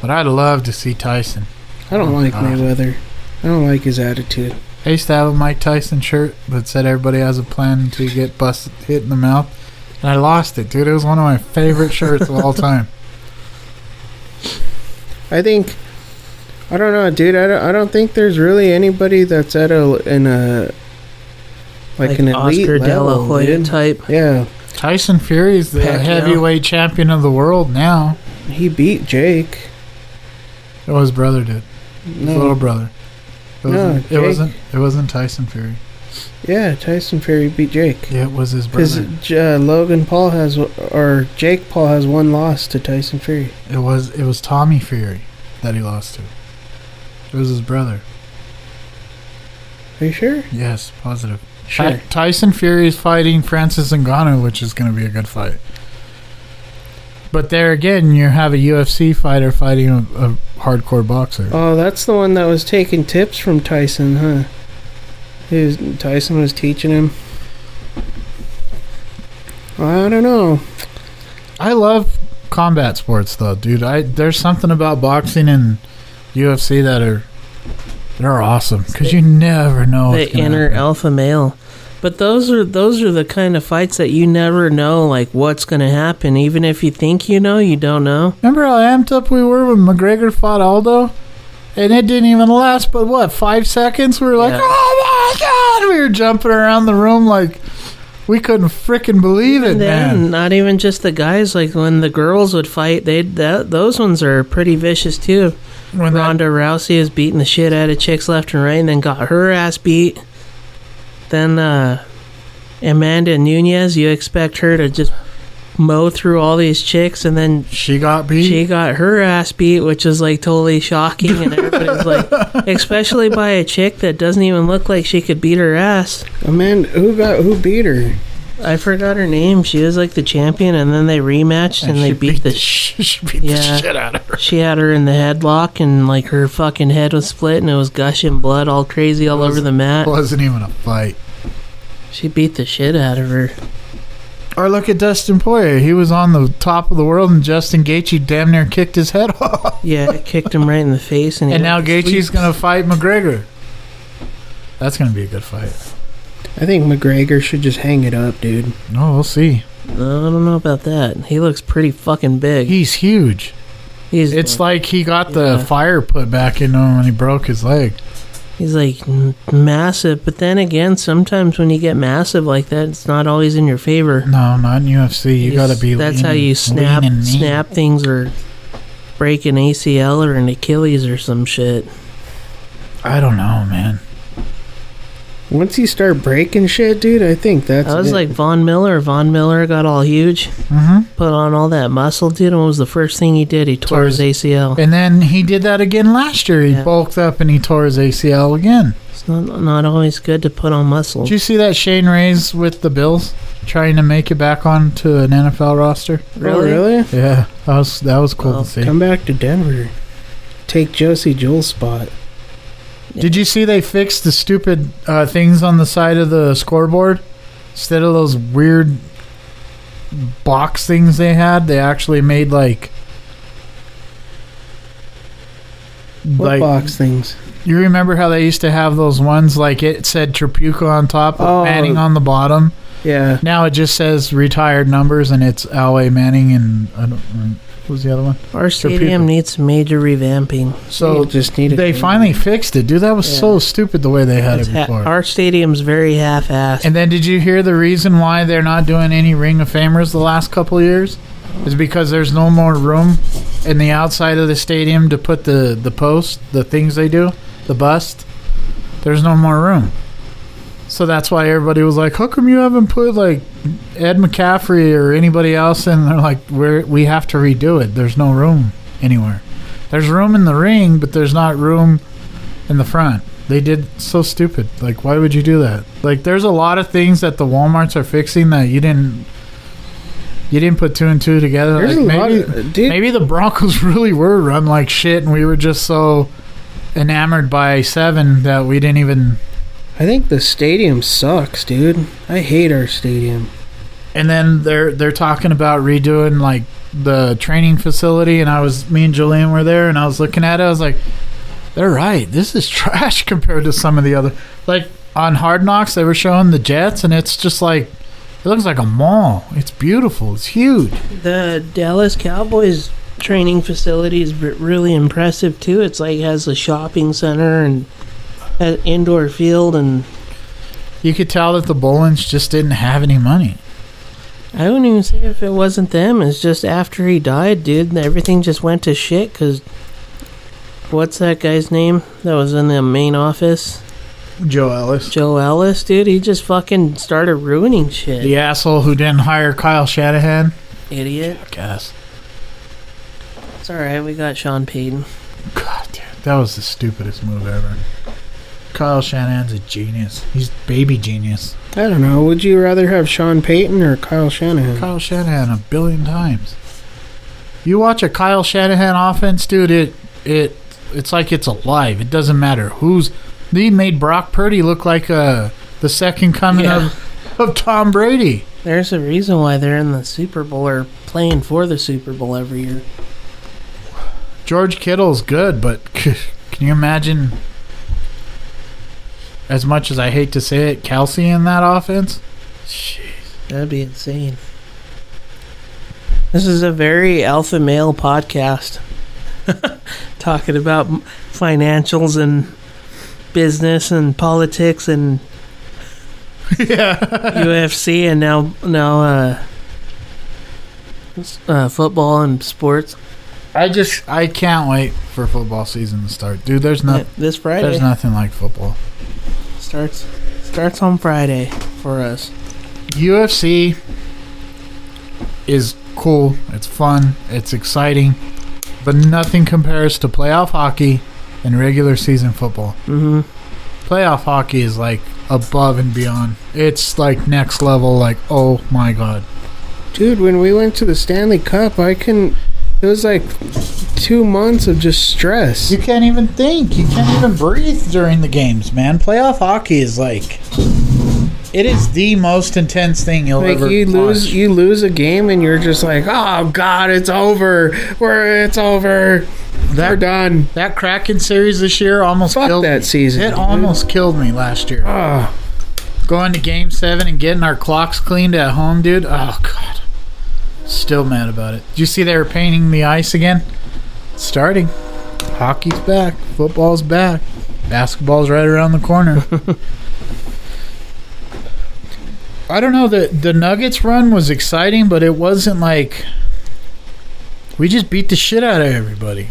E: But I'd love to see Tyson.
D: I don't like
E: Oh, God.
D: Mayweather. I don't like his attitude.
E: I used to have a Mike Tyson shirt that said everybody has a plan to get busted, hit in the mouth, and I lost it, dude. It was one of my favorite shirts of all time.
D: I think I don't know, dude. I don't, I don't think there's really anybody that's at a in a like,
G: like
D: an elite
G: Oscar De La
D: level,
G: Hoya
D: dude.
G: type.
D: Yeah,
E: Tyson Fury is the
G: Pacquiao.
E: heavyweight champion of the world now.
D: he beat Jake.
E: Oh, his brother did. His little
D: No,
E: brother. It
D: Mm. No,
E: wasn't, it
D: Jake-
E: wasn't. It wasn't Tyson Fury.
D: yeah, Tyson Fury beat Jake.
E: Yeah, it was his
D: Because
E: brother.
D: uh, Logan Paul has or Jake Paul has one loss to Tyson Fury.
E: It was. It was Tommy Fury that he lost to. It was his brother.
D: Are you sure?
E: Yes, positive.
D: Sure.
E: Ty- Tyson Fury is fighting Francis Ngannou, which is going to be a good fight. But there again, you have a UFC fighter fighting a, a hardcore boxer.
D: Oh, that's the one that was taking tips from Tyson, huh? He was, Tyson was teaching him. I don't know.
E: I love combat sports though, dude. I there's something about boxing and UFC that are they're awesome because you never know
G: the
E: what's Oh, gonna
G: inner
E: happen.
G: alpha male. But those are those are the kind of fights that you never know like what's gonna happen. Even if you think you know, you don't know.
E: Remember how amped up we were when McGregor fought Aldo, and it didn't even last. But what five seconds? We were like,
G: Yeah.
E: oh my god! We were jumping around the room like we couldn't freaking believe it,
G: And
E: man.
G: then not even just the guys, like when the girls would fight, they that those ones are pretty vicious too.
E: When that-
G: Ronda Rousey is beating the shit out of chicks left and right and then got her ass beat. Then uh Amanda Nunez, you expect her to just mow through all these chicks and then
E: she got beat.
G: she got her ass beat, which is like totally shocking, and everybody's <laughs> like, especially by a chick that doesn't even look like she could beat her ass.
D: Amanda, who got who beat her?
G: I forgot her name. She was like the champion, and then they rematched and,
E: she
G: they beat, the. Sh-
E: sh- <laughs> she beat
G: Yeah.
E: the shit out of her.
G: she had her in the headlock, and like her fucking head was split, and it was gushing blood all crazy all over the mat.
E: It wasn't even a fight.
G: She beat the shit out of her.
E: Or look at Dustin Poirier. He was on the top of the world, and Justin Gaethje damn near kicked his head <laughs> off.
G: Yeah, it kicked him right in the face, and, he
E: And now
G: went to
E: Gaethje's
G: sleep.
E: gonna fight McGregor. That's gonna be a good fight.
D: I think McGregor should just hang it up, dude.
E: No, we'll see.
G: I don't know about that. He looks pretty fucking big.
E: He's huge.
G: He's
E: It's like he got the
G: Yeah.
E: fire put back in him when he broke his leg.
G: He's like "M- massive, but then again, sometimes when you get massive like that, it's not always in your favor.
E: No, not in UFC. You gotta be.
G: That's
E: lean-
G: how you snap
E: lean and mean.
G: snap things or break an ACL or an Achilles or some shit.
E: I don't know, man.
D: Once you start breaking shit, dude, I think that's.
G: I was
D: it.
G: like Von Miller. Von Miller got all huge,
E: Mhm.
G: put on all that muscle, dude. And what was the first thing he did? He tore his ACL.
E: And then he did that again last year. He
G: Yeah.
E: bulked up and he tore his ACL again.
G: It's not not always good to put on muscle.
E: Did you see that Shane Ray's with the Bills trying to make it back onto an NFL roster?
D: Oh, really?
E: Yeah, that was that was cool
G: Well,
E: to see.
D: Come back to Denver. Take Josie Jewell's spot.
E: Did you see they fixed the stupid uh, things on the side of the scoreboard? Instead of those weird box things they had, they actually made like
D: What
E: like
D: box things?
E: you remember how they used to have those ones like it said Trapuca on top,
D: Oh.
E: Manning on the bottom.
D: Yeah.
E: Now it just says retired numbers and it's Alway Manning and I don't remember what was the other one.
G: Our stadium
E: people.
G: needs major revamping.
E: So
D: You'll just need a
E: they
D: game.
E: finally fixed it, dude. That was so stupid the way they had
G: It's
E: it
G: ha-
E: before.
G: our stadium's very half-assed.
E: And then did you hear the reason why they're not doing any Ring of Famers the last couple of years? Is because there's no more room in the outside of the stadium to put the the post, the things they do, the bust. There's no more room. So that's why everybody was like, "How come you haven't put like Ed McCaffrey or anybody else?" And they're like, "We're we have to redo it. There's no room anywhere. There's room in the ring, but there's not room in the front. They did so stupid. Like, why would you do that? Like, there's a lot of things that the WalMarts are fixing that you didn't. You didn't put two and two together.
D: There's
E: Like,
D: a lot
E: maybe,
D: of- dude.
E: maybe the Broncos <laughs> really were run like shit, and we were just so enamored by seven that we didn't even.
D: I think the stadium sucks, dude. I hate our stadium.
E: And then they're they're talking about redoing like the training facility, and I was me and Julian were there, and I was looking at it. I was like, they're right. This is <laughs> trash compared to some of the other. Like on Hard Knocks, they were showing the Jets, and it's just like it looks like a mall. It's beautiful. It's huge.
G: The Dallas Cowboys training facility is re- really impressive too. It's like has a shopping center and an indoor field, and
E: You could tell that the Bolins just didn't have any money.
G: I wouldn't even say if it wasn't them. It's just after he died, dude, everything just went to shit. Cause what's that guy's name that was in the main office?
E: Joe Ellis,
G: Joe Ellis, dude. He just fucking started ruining shit.
E: the asshole who didn't hire Kyle Shanahan.
G: Idiot.
E: I guess.
G: It's all right. We got Sean Payton.
E: God, dude, that was the stupidest move ever. Kyle Shanahan's a genius. He's baby genius.
D: I don't know. Would you rather have Sean Payton or Kyle Shanahan?
E: Kyle Shanahan a billion times. You watch a Kyle Shanahan offense, dude. It it it's like it's alive. It doesn't matter who's. They made Brock Purdy look like uh the second coming
G: Yeah.
E: of of Tom Brady.
G: There's a reason why they're in the Super Bowl or playing for the Super Bowl every year.
E: George Kittle's good, but <laughs> can you imagine? As much as I hate to say it, Kelsey in that offense.
G: That'd be insane. This is a very alpha male podcast <laughs> talking about m- financials and business and politics and
E: yeah. <laughs>
G: UFC and now now uh, s- uh, football and sports.
E: I just I can't wait for football season to start, dude. There's no,
G: Yeah, this Friday
E: there's nothing like football.
G: starts starts on Friday for us.
E: UFC is cool. It's fun. It's exciting, but nothing compares to playoff hockey and regular season football.
G: Mm-hmm.
E: Playoff hockey is like above and beyond. It's like next level. Like oh my god.
D: Dude, when we went to the Stanley Cup, I couldn't. It was like two months of just stress.
E: You can't even think. You can't even breathe during the games, man. Playoff hockey is like it is the most intense thing you'll
D: Like
E: ever
D: you lose,
E: watch.
D: you lose a game, and you're just like, "Oh God, it's over. We're it's over. We're
E: That-
D: done."
E: That Kraken series this year almost
D: Fuck
E: killed
D: that season,
E: It
D: dude.
E: almost killed me last year.
D: Ah,
E: Going to game seven and getting our clocks cleaned at home, dude. Oh god. Still mad about it. Did you see they were painting the ice again? It's starting. Hockey's back. Football's back. Basketball's right around the corner. <laughs> I don't know, the the Nuggets run was exciting, but it wasn't like we just beat the shit out of everybody.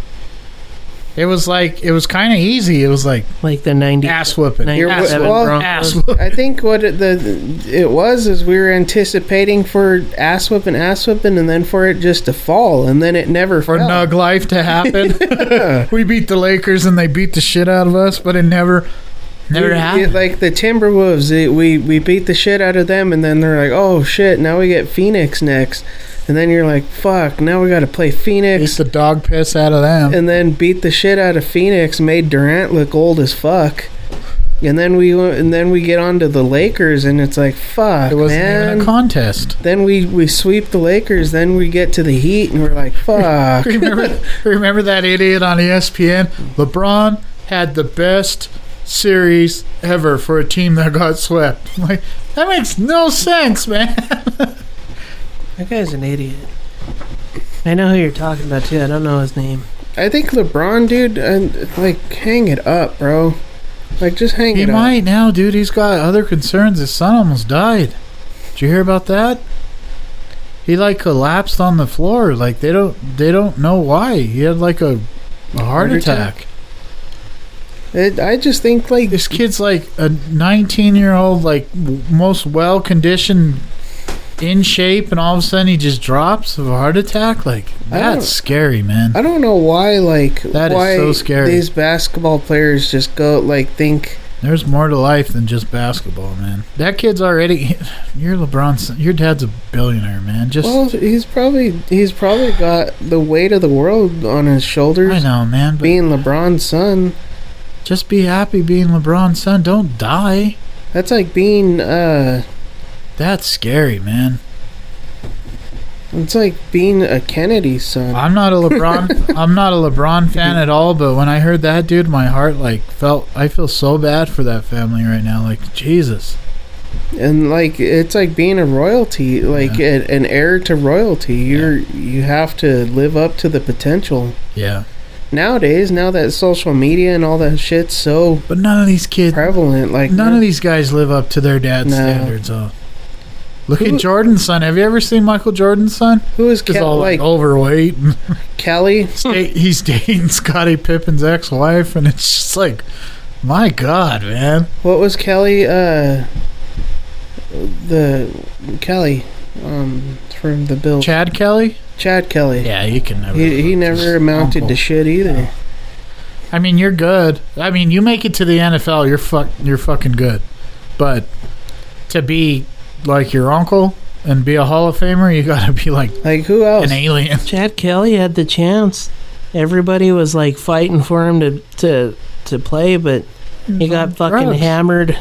E: It was like it was kind of easy. It was like
G: like the ninety
E: ass whooping.
G: You're-
E: Ass
G: well,
E: whooping.
D: well,
E: ass whooping.
D: I think what it, the it was is we were anticipating for ass whipping, ass whipping, and then for it just to fall, and then it never
E: for
D: fell.
E: Nug Life to <laughs> happen. we beat the Lakers and they beat the shit out of us, but it never,
D: We-
E: never happened.
D: it- like the Timberwolves, it, we we beat the shit out of them, and then they're like, "Oh shit, now we get Phoenix next," and then you're like, "Fuck, now we got to play
E: beat
D: Phoenix,"
E: the dog piss out of them.
D: and then beat the shit out of Phoenix, made Durant look old as fuck, and then we went- and then we get on to the Lakers, and it's like, "Fuck,
E: it wasn't
D: man."
E: even a <laughs> contest.
D: then we, we sweep the Lakers. Then we get to the Heat, and we're like,
E: <laughs>
D: "Fuck!"
E: remember, remember that idiot on E ESPN? LeBron had the best series ever for a team that got swept. <laughs> I'm like that makes no sense, man.
G: That guy's an idiot. I know who you're talking about too. I don't know his name.
D: I think LeBron, dude, and like, hang it up, bro. Like, just hang
E: He
D: it up.
E: might now, dude. He's got other concerns. His son almost died. Did you hear about that? He like collapsed on the floor. Like they don't they don't know why. He had like a, a heart,
D: Heart attack?
E: attack.
D: It, I just think like
E: This kid's like a 19 year old, like w- most well conditioned, in shape, and all of a sudden he just drops of a heart attack. Like
D: I don't-
E: that's scary, man.
D: I don't know why like
E: That is
D: why
E: so scary.
D: these basketball players just go like think
E: There's more to life than just basketball, man. That kid's already. <sighs> You're LeBron's. son- Your dad's a billionaire, man. Just
D: well he's probably he's probably got the weight of the world on his
E: I
D: shoulders
E: know, man. But
D: being LeBron's son.
E: just be happy being LeBron's son. Don't die.
D: That's like being uh
E: That's scary, man.
D: it's like being a Kennedy son.
E: I'm not a
D: <laughs>
E: LeBron. I'm not a LeBron fan at all. But when I heard that, dude, my heart like felt. I feel so bad for that family right now. Like Jesus,
D: And like it's like being a royalty, like a- an heir to royalty. You're you have to live up to the potential.
E: yeah.
D: Nowadays, now that social media and all that shit's so
E: But none of these kids,
D: prevalent, like
E: none of these guys live up to their dad's
D: No.
E: standards. Oh, look
D: Who-
E: at Jordan's son. Have you ever seen Michael Jordan's son?
D: who is
E: He's
D: Kel-
E: all like,
D: like
E: overweight.
D: <laughs>
E: and
D: Kelly?
E: state- He's dating Scottie Pippen's ex-wife, and it's just like, my God, man.
D: What was Kelly? Uh, the Kelly, um, from the Bill
E: Chad Kelly.
D: Chad Kelly.
E: Yeah, you can never.
D: He he never amounted to shit either.
E: I mean, you're good. I mean, you make it to the NFL, you're fuck, you're fucking good. But to be like your uncle and be a Hall of Famer, you gotta be like
D: Like who else?
E: an alien.
G: Chad Kelly had the chance. Everybody was like fighting for him to to to play, but he got fucking
E: drugs.
G: hammered,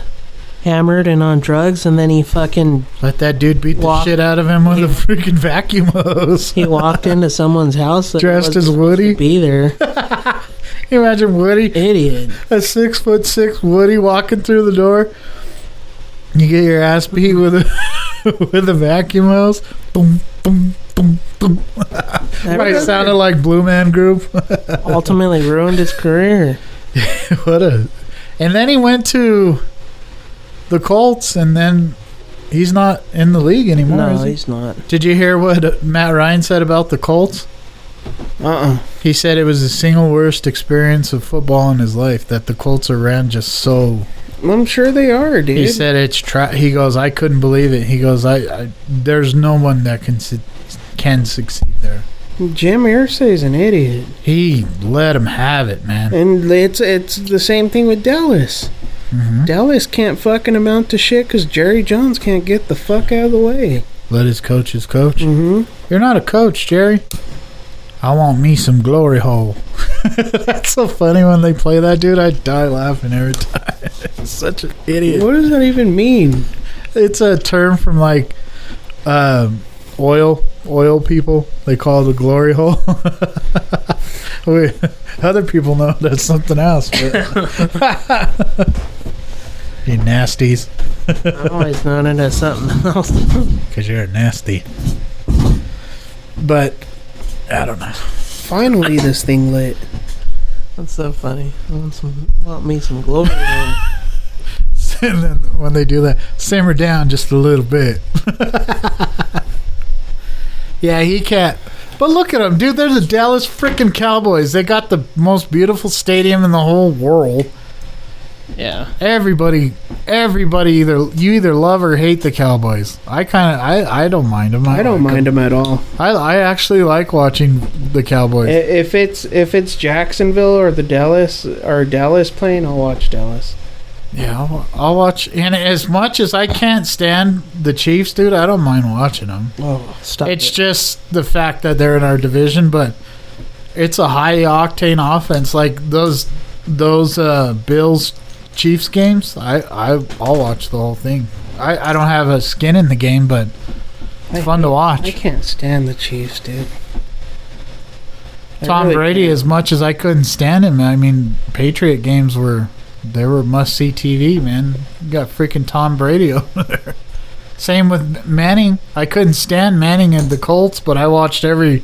G: hammered and on drugs, and then he fucking
E: Let that dude beat the
G: Walk-
E: shit out of him with a freaking vacuum hose. <laughs>
G: he walked into someone's house that
E: Dressed
G: wasn't
E: as Woody.
G: supposed to <laughs> be there.
E: Can you imagine Woody,
G: Idiot.
E: a six foot six Woody, walking through the door. You get your ass beat with a <laughs> with a vacuum hose. Boom, boom, boom, boom. Right,
G: That
E: sounded like Blue Man Group.
G: ultimately ruined his career.
E: What a. And then he went to the Colts, and then he's not in the league
G: <laughs>
E: anymore.
G: No,
E: is he?
G: he's not.
E: Did you hear what Matt Ryan said about the Colts?
D: Uh uh
E: He said it was the single worst experience of football in his life. That the Colts are ran just so.
D: I'm sure they are, dude.
E: He said it's tra- He goes, I couldn't believe it. He goes, I, I there's no one that can su- can succeed there.
D: Jim Irsay's an idiot,
E: He let him have it, man.
D: and it's it's the same thing with Dallas. Dallas can't fucking amount to shit because Jerry Jones can't get the fuck out of the way.
E: Let his coaches coach.
D: Mm-hmm.
E: You're not a coach, Jerry. I want me some glory hole. <laughs> That's so funny when they play that, dude. I die laughing every time. <laughs> Such an idiot.
D: What does that even mean?
E: It's a term from like um, oil oil people. They call it a glory hole. <laughs> we, other people know that's something else. But <laughs> you nasties,
G: I'm always known it as something <laughs> else.
E: because you're a nasty. But I don't know.
D: Finally, this thing lit.
G: That's so funny. I want some, want me some glory.
E: <laughs> and then when they do that, simmer down just a little bit. <laughs> yeah, he can't. But look at them, dude. They're the Dallas freaking Cowboys. They got the most beautiful stadium in the whole world.
G: Yeah.
E: Everybody, everybody either you either love or hate the Cowboys. I kind of I I don't mind them.
D: I don't
E: like 'em.
D: mind them at all.
E: I I actually like watching the
D: I-
E: Cowboys.
D: If it's if it's Jacksonville or the Dallas or Dallas playing, I'll watch Dallas.
E: yeah, I'll, I'll watch. And as much as I can't stand the Chiefs, dude, I don't mind watching them.
G: Oh, stop.
E: It's just the fact that they're in our division, but it's a high octane offense. Like those those uh, Bills Chiefs games, I, I I'll watch the whole thing. I, I don't have a skin in the game, but
D: I-
E: it's fun to
D: I
E: watch.
D: can't stand the Chiefs, dude. I
E: Tom
D: really
E: Brady,
D: can't.
E: as much as I couldn't stand him, I mean Patriot games were they were must see TV. Man, you got freaking Tom Brady <laughs> over there. Same with Manning. I couldn't stand Manning and the Colts, but I watched every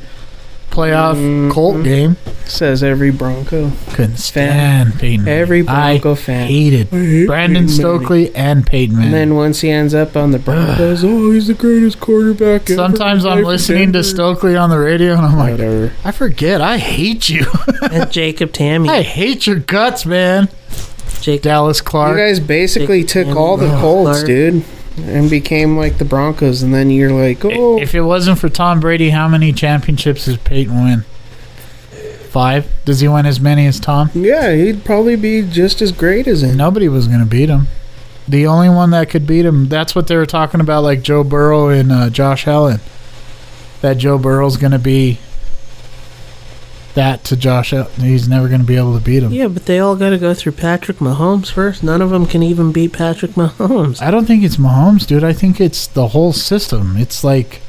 E: playoff
D: Mm-hmm.
E: Colt game.
D: says every Bronco.
E: Couldn't stand Peyton.
D: Every
E: Manning.
D: Bronco fan.
E: I hated
D: Peyton
E: Brandon
D: Manning.
E: Stokely and Peyton
D: And
E: Manning.
D: then once he ends up on the <sighs> Broncos, oh, he's the greatest quarterback. ever
E: Sometimes
D: to
E: I'm
D: play for
E: listening to
D: Denver."
E: Stokely on the radio and I'm like,
D: Whatever.
E: I forget. I hate you. <laughs>
G: And Jacob Tammy.
E: I hate your guts, man.
G: Jake-
E: Dallas
D: You
E: Clark.
D: guys basically
G: Big
D: took
G: fan
D: all
G: of
D: the
G: Clark.
D: Colts, dude, and became like the Broncos, and then you're like, oh,
E: if it wasn't for Tom Brady, how many championships does Peyton win? Five? Does he win as many as Tom?
D: yeah, he'd probably be just as great as him.
E: Nobody was going to beat him. The only one that could beat him, that's what they were talking about, like Joe Burrow and uh, Josh Allen. That Joe Burrow's going to be that to Josh Allen. He's never going to be able to beat him.
G: Yeah, but they all got to go through Patrick Mahomes first. None of them can even beat Patrick Mahomes.
E: I don't think it's Mahomes, dude. I think it's the whole system. It's like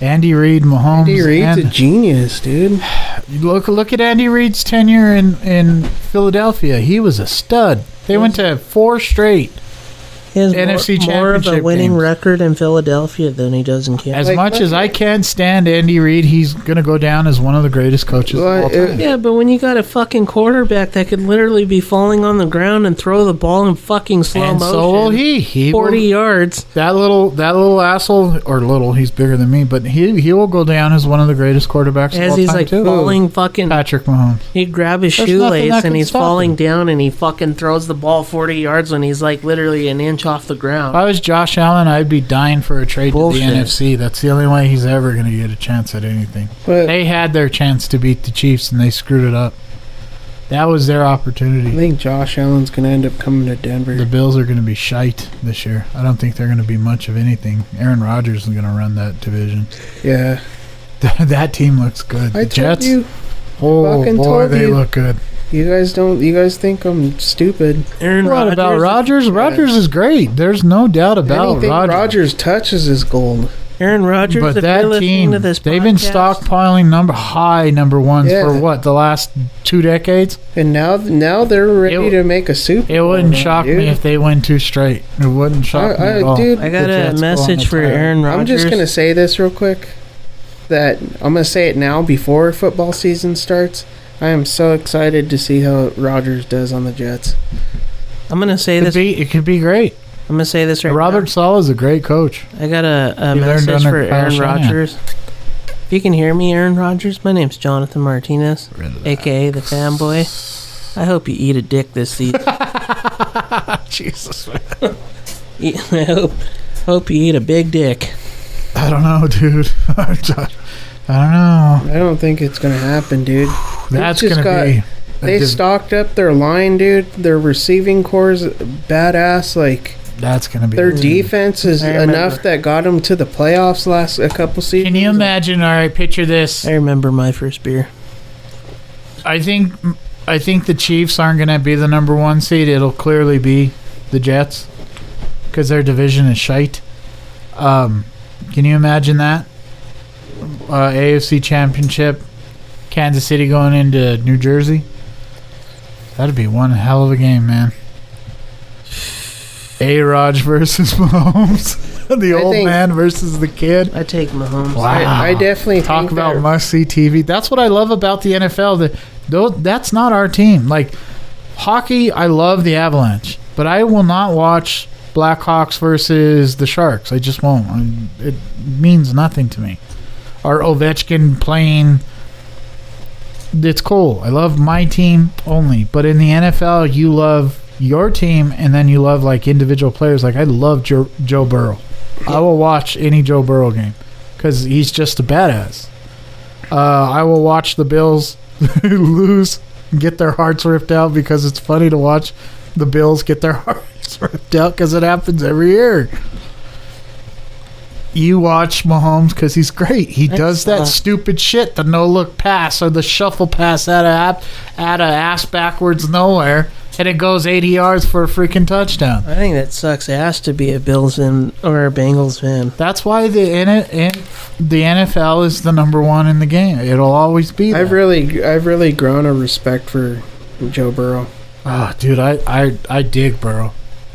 E: Andy Reid, Mahomes.
D: Andy Reid's a
E: and-
D: genius, dude.
E: look, look at Andy Reid's tenure in, in Philadelphia. He was a stud. They went to four straight.
G: He has
E: NFC
G: more, more of a
E: championship
G: winning
E: games.
G: record in Philadelphia than he does in Kansas.
E: As
D: Like,
E: much
D: look
E: as I can't stand Andy Reid, he's going to go down as one of the greatest coaches of all
D: Well,
E: time.
D: it-
G: Yeah, but when you got a fucking quarterback that could literally be falling on the ground and throw the ball in fucking slow
E: and
G: motion,
E: so will he. He will-
G: forty yards.
E: that little that little asshole or little. He's bigger than me, but he he will go down as one of the greatest quarterbacks of
G: As
E: all
G: he's
E: time
G: like
E: too.
G: falling fucking,
E: Patrick Mahomes.
G: he'd grab his
E: There's nothing that
G: shoelace
E: can
G: and he's
E: stop
G: falling
E: him.
G: down and he fucking throws the ball 40 yards when he's like literally an inch off the
E: If
G: ground.
E: I was Josh Allen, I'd be dying for a trade
G: Bullshit.
E: to the NFC. That's the only way he's ever going to get a chance at anything.
D: But
E: They had their chance to beat the Chiefs and they screwed it up. That was their
D: I
E: opportunity.
D: think Josh Allen's gonna end up coming to Denver.
E: The Bills are going to be shite this year. I don't think they're going to be much of anything. Aaron Rodgers is going to run that division. <laughs>
D: yeah,
E: that team looks good.
D: I
E: The
D: told
E: Jets,
D: you,
E: oh
D: fucking
E: boy,
D: told
E: they
D: you.
E: look good.
D: you guys don't, you guys think I'm stupid.
G: Aaron
E: What about Rodgers? Rodgers is great. There's no doubt about
D: Anything
E: Rodgers.
D: Rodgers touches is gold.
G: Aaron Rodgers,
E: But
G: if you're
E: that
G: listening
E: team,
G: to this
E: they've been
G: podcast,
E: stockpiling number high number ones
D: Yeah.
E: for what the last two decades.
D: And now, now they're ready
E: It-
D: to make a Super.
E: It wouldn't
D: Bowl,
E: shock
D: Oh, dude.
E: me if they went two straight. It wouldn't shock
D: I-
E: me
D: I-
E: at all.
D: dude,
G: I got a
E: The Jets go on
G: message
E: the
G: for
E: tire.
G: Aaron Rodgers.
D: Uh, I'm just gonna say this real quick. That I'm gonna say it now before football season starts. I am so excited to see how Rodgers does on the Jets.
G: I'm gonna say
E: It could
G: this.
E: be, it could be great.
G: I'm gonna say this right
E: Robert Sala is a great coach.
D: <laughs>
G: now. I got a, a
E: He learned
G: message
E: under
G: for
E: Kyle
G: Aaron
E: Shanahan.
G: Rodgers. If you can hear me, Aaron Rodgers, my name's Jonathan Martinez, aka the fanboy. I hope you eat a dick this
E: <laughs>
G: season. <laughs>
D: Oh,
E: Jesus,
G: Eat- I hope, hope you eat a big dick.
E: I don't know, dude. <laughs> I don't know.
D: I don't think it's gonna happen, dude.
E: That's
D: just
E: gonna
D: got-
E: be. a
D: They
E: div-
D: stocked up their line, dude. Their receiving core's badass. Like
E: that's gonna be.
D: their
E: a team.
D: defense is
G: I remember.
D: enough that got them to the playoffs last a couple seasons.
E: Can you imagine? All right, picture this.
G: I remember my first beer.
E: I think I think the Chiefs aren't going to be the number one seed. It'll clearly be the Jets because their division is shite. Um, can you imagine that? Uh, AFC Championship, Kansas City going into New Jersey. That'd be one hell of a game, man. A Raj <laughs> versus Mahomes, <laughs> the
D: I
E: old
D: think-
E: man versus the kid.
G: I take Mahomes.
D: I, I definitely
E: Talk
D: think
E: about
D: that-
E: must see TV. That's what I love about the NFL. That though that's not our team. Like hockey, I love the Avalanche, but I will not watch Blackhawks versus the Sharks. I just won't. I- It means nothing to me. or Ovechkin playing. It's cool. I love my team only, but in the NFL, you love your team, and then you love like individual players. Like I love Joe, Joe Burrow. I will watch any Joe Burrow game because he's just a badass. Uh, I will watch the Bills <laughs> lose, get their hearts ripped out because it's funny to watch the Bills get their <laughs> hearts ripped out because it happens every year. You watch Mahomes because he's great. He does that stupid shit, the no look pass or the shuffle pass out of app, out of ass backwards nowhere, and it goes eighty yards for a freaking touchdown.
G: I think that sucks ass to be a Bills and or a Bengals fan.
E: That's why the N- N- the NFL is the number one in the game. It'll always be. That.
D: I've really, I've really grown a respect for Joe Burrow.
E: Ah, dude, I, I I dig Burrow.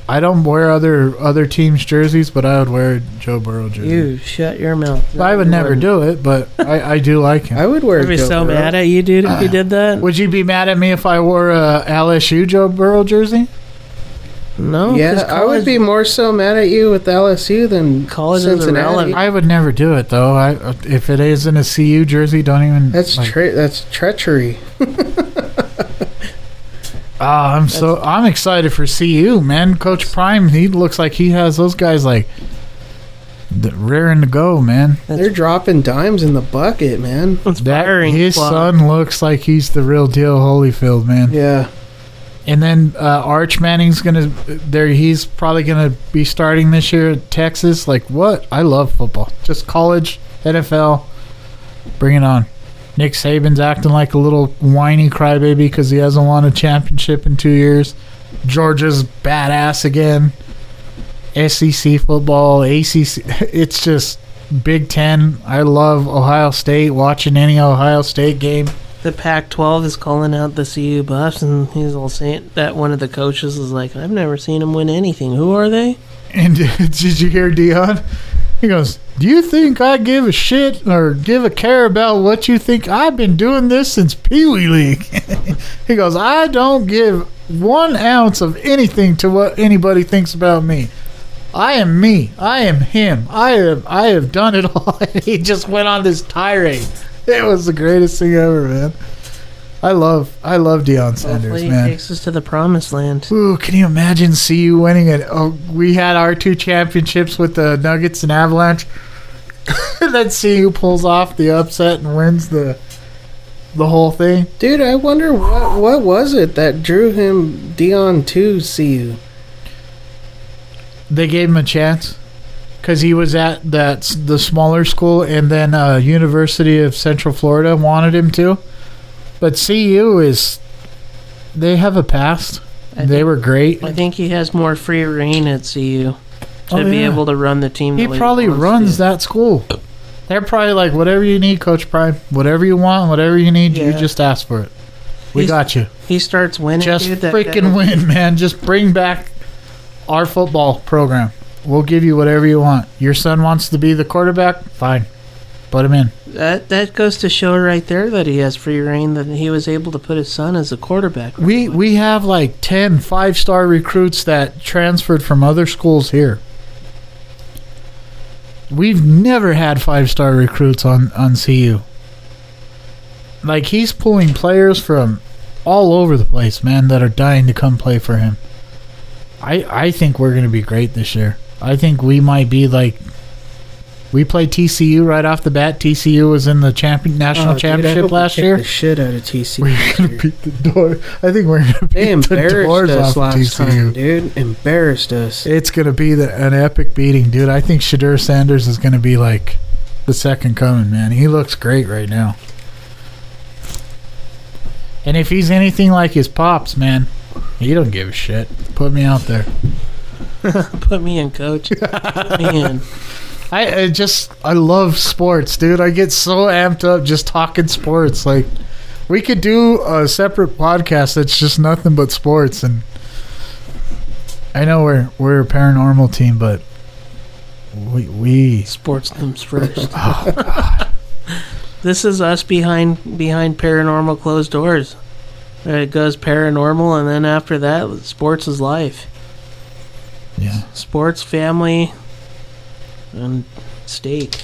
E: I don't wear other other teams' jerseys, but I would wear a Joe Burrow jersey.
G: You shut your mouth.
E: I Mm-hmm. would never do it,
D: <laughs>
E: but I, I do like him.
D: I would wear.
G: I'd be
D: Joe
G: so
D: Burrow.
G: mad at you, dude, if you
D: Uh,
G: did that.
E: Would you be mad at me if I wore a LSU Joe Burrow jersey? Oh,
G: No,
D: Yeah,
G: 'cause
D: I would be more so mad at you with LSU than
G: College is
D: Cincinnati.
G: irrelevant.
E: I would never do it though. I if it isn't a CU jersey, don't even.
D: That's
E: like,
D: tre- that's treachery.
E: Ah, I'm so I'm excited for CU, man. Coach Prime, he looks like he has those guys like th- raring to go, man.
D: They're dropping dimes in the bucket, man.
E: <laughs>
G: It's
E: That
G: firing
E: his
G: squad.
E: son looks like he's the real deal, Holyfield, man.
D: Yeah,
E: And then uh, Arch Manning's gonna there. He's probably gonna be starting this year at Texas. Like what? I love football. Just college, NFL. Bring it on. Nick Saban's acting like a little whiny crybaby because he hasn't won a championship in two years. Georgia's badass again. SEC football, ACC. It's just Big Ten. I love Ohio State. Watching any Ohio State game.
G: The Pac-12 is calling out the CU Buffs, and he's all saying that one of the coaches is like, "I've never seen him win anything. Who are they?"
E: And <laughs> did you hear Dion? He goes, "Do you think I give a shit or give a care about what you think? I've been doing this since Pee Wee League." <laughs> he goes, "I don't give one ounce of anything to what anybody thinks about me. I am me. I am him. I have I have done it all." <laughs> he just went on this tirade. It was the greatest thing ever, man. I love I love Dion Sanders,
G: Hopefully,
E: man.
G: he takes us to the promised land.
E: Ooh, can you imagine CU winning it? Oh, we had our two championships with the Nuggets and Avalanche. <laughs> and then CU pulls off the upset and wins the the whole thing.
D: dude. I wonder what what was it that drew him Dion to CU.
E: They gave him a chance because he was at that s- the smaller school, and then uh, University of Central Florida wanted him to. But CU is they have a past.
G: I
E: They were great.
G: I think he has more free reign at CU to
E: Oh,
G: be
E: yeah.
G: able to run the team.
E: He
G: the way
E: probably
G: wants
E: runs
G: to.
E: that school. They're probably like, whatever you need, Coach Prime, whatever you want, whatever you need, you
G: Yeah.
E: just ask for it. We
G: He's-
E: got you.
G: He starts winning.
E: Just
G: dude, that-
E: freaking
G: that-
E: win, man. Just bring back our football program. We'll give you whatever you want. Your son wants to be the quarterback? Fine. Put him in.
G: That that goes to show right there that he has free reign. That he was able to put his son as a quarterback. <laughs>
E: We we have like 10 five-star recruits that transferred from other schools here. We've never had five-star recruits on on CU. Like he's pulling players from all over the place, man, that are dying to come play for him. I I think we're going to be great this year. I think we might be like we played TCU right off the bat. TCU was in the champion
D: Oh,
E: national
D: dude, I hope
E: championship
D: we
E: last
D: kick
E: year.
D: The shit out of TCU.
E: <laughs> We're gonna beat the door. I think we're gonna beat
D: They
E: the doors
D: embarrassed us
E: off
D: last
E: TCU.
D: time, dude. Embarrassed us.
E: It's gonna be the, an epic beating, dude. I think Shadur Sanders is gonna be like the second coming, man. He looks great right now. And if he's anything like his pops, man, he don't give a shit. Put me out there.
G: Put me in, coach. Man,
E: I, I just I love sports, dude. I get so amped up just talking sports. Like we could do a separate podcast that's just nothing but sports and I know we're we're a paranormal team, but we we
G: sports comes
E: <laughs>
G: first.
E: Oh,
G: this is us behind behind paranormal closed doors. Uh, It goes paranormal, and then after that, sports is life.
E: yeah,
G: Sports, family, and steak.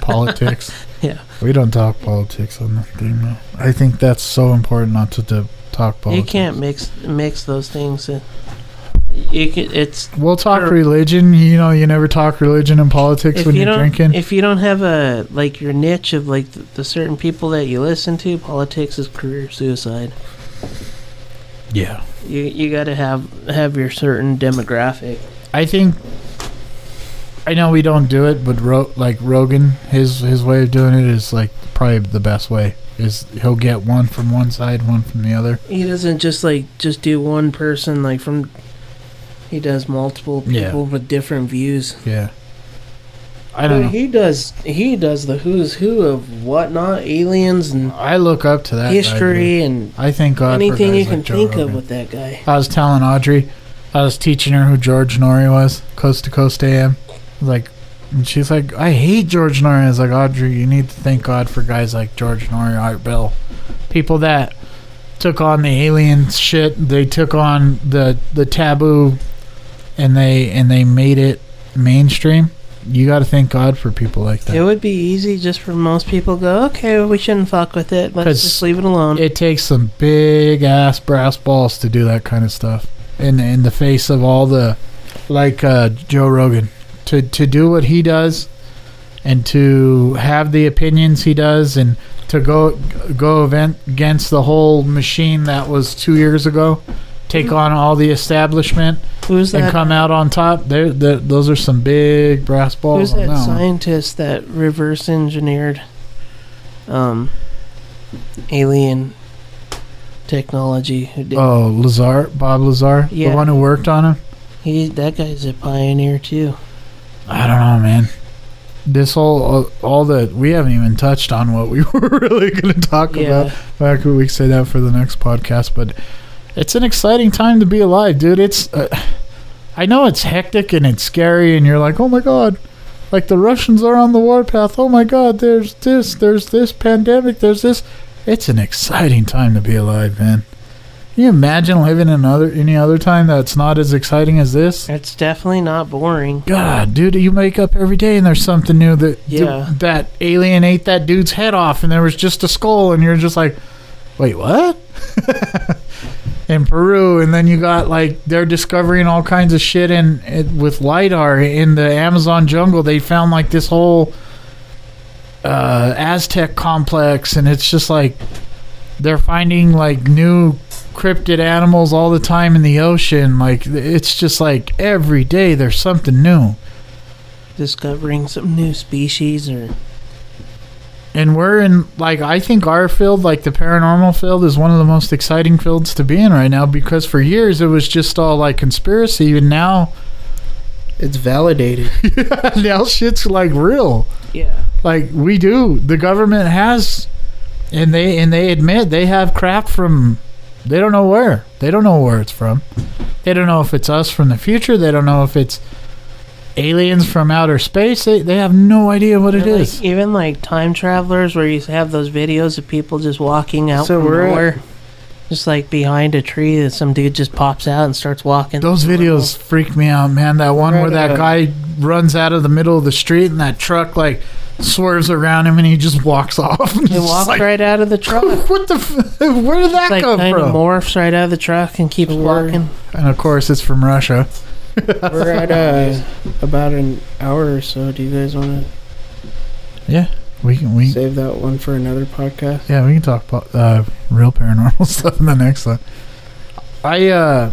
E: politics.
G: <laughs> Yeah.
E: We don't talk politics on the thing, though. I think that's so important not to, to talk
G: You
E: politics.
G: can't mix mix those things. in. You can, it's
E: We'll talk
G: Sure.
E: religion. You know, you never talk religion and politics
G: if
E: when
G: you
E: are
G: don't
E: drinking.
G: if you don't have a like your niche of like the, the certain people that you listen to, politics is career suicide.
E: yeah.
G: You you got to have have your certain demographic.
E: I think I know we don't do it, but Ro- like Rogan, his his way of doing it is like probably the best way. Is he'll get one from one side, one from the other.
G: He doesn't just like just do one person like from. He does multiple people
E: Yeah.
G: with different views.
E: Yeah. I don't know.
G: He does he does the who's who of whatnot, aliens and
E: I look up to that guy, dude.
G: history and
E: I thank God
G: anything
E: for guys
G: you can
E: like Joe
G: think of
E: Rogan.
G: with that guy.
E: I was telling Audrey, I was teaching her who George Norrie was, Coast to Coast AM. Like, and she's like, I hate George Norrie. I was like, Audrey, you need to thank God for guys like George Norrie, Art Bell, people that took on the alien shit. They took on the the taboo, and they and they made it mainstream. You got to thank God for people like
G: It
E: that.
G: would be easy just for most people to go, okay, we shouldn't fuck with it. Let's
E: 'Cause
G: just leave it alone.
E: It takes some big ass brass balls to do that kind of stuff in in the face of all the like uh, Joe Rogan to to do what he does and to have the opinions he does and to go go event against the whole machine that was 2 years ago take on all the establishment
G: who's
E: and
G: Mm-hmm. that?
E: come out on top there there- those are some big brass
G: Who's
E: balls on
G: that
E: that one.
G: scientist that reverse engineered um alien technology? Who did,
E: oh Lazar Bob Lazar
G: Yeah.
E: the one who worked on him
G: he that guy's a pioneer too.
E: I don't know, man. This whole all, all the we haven't even touched on what we <laughs> were really going to talk
G: Yeah.
E: about. Like we could say that for the next podcast, but it's an exciting time to be alive, dude. It's uh, I know it's hectic and it's scary, and you're like, oh my god, like the Russians are on the warpath. Oh my god, there's this, there's this pandemic, there's this. It's an exciting time to be alive, man. Can you imagine living another any other time that's not as exciting as this?
G: It's definitely not boring.
E: God, dude, you wake up every day and there's something new that
G: Yeah.
E: that alien ate that dude's head off, and there was just a skull, and you're just like, wait, what? <laughs> in Peru, and then you got like they're discovering all kinds of shit in, it with lidar in the Amazon jungle. They found like this whole uh, Aztec complex, and it's just like they're finding like new cryptid animals all the time in the ocean. Like it's just like every day there's something new.
G: Discovering some new species or
E: And we're in like I think our field, like the paranormal field, is one of the most exciting fields to be in right now because for years it was just all like conspiracy, and now <laughs>
D: It's validated.
E: now shit's like real.
G: yeah.
E: like we do the government has and they and they admit they have crap from they don't know where they don't know where it's from they don't know if it's us from the future they don't know if it's aliens from outer space they, they have no idea what it
G: Like,
E: is
G: even like time travelers, where you have those videos of people just walking out
D: So
G: from
D: we're at-
G: nowhere, just like behind a tree, that some dude just pops out and starts walking.
E: those videos freak me out man that one where
D: Right,
E: that
D: uh,
E: guy runs out of the middle of the street and that truck like swerves around him and he just walks off <laughs>
G: He walks right out of the truck. It's
E: what the f- where did that
G: like
E: come
G: kind
E: from
G: of morphs right out of the truck and keeps
D: We're-
G: walking.
E: and of course it's from russia
D: <laughs> We're at uh, about an hour or so. Do you guys want
E: we can
D: to
E: we
D: save that one for another podcast?
E: Yeah, we can talk about uh, real paranormal <laughs> stuff in the next one. I uh,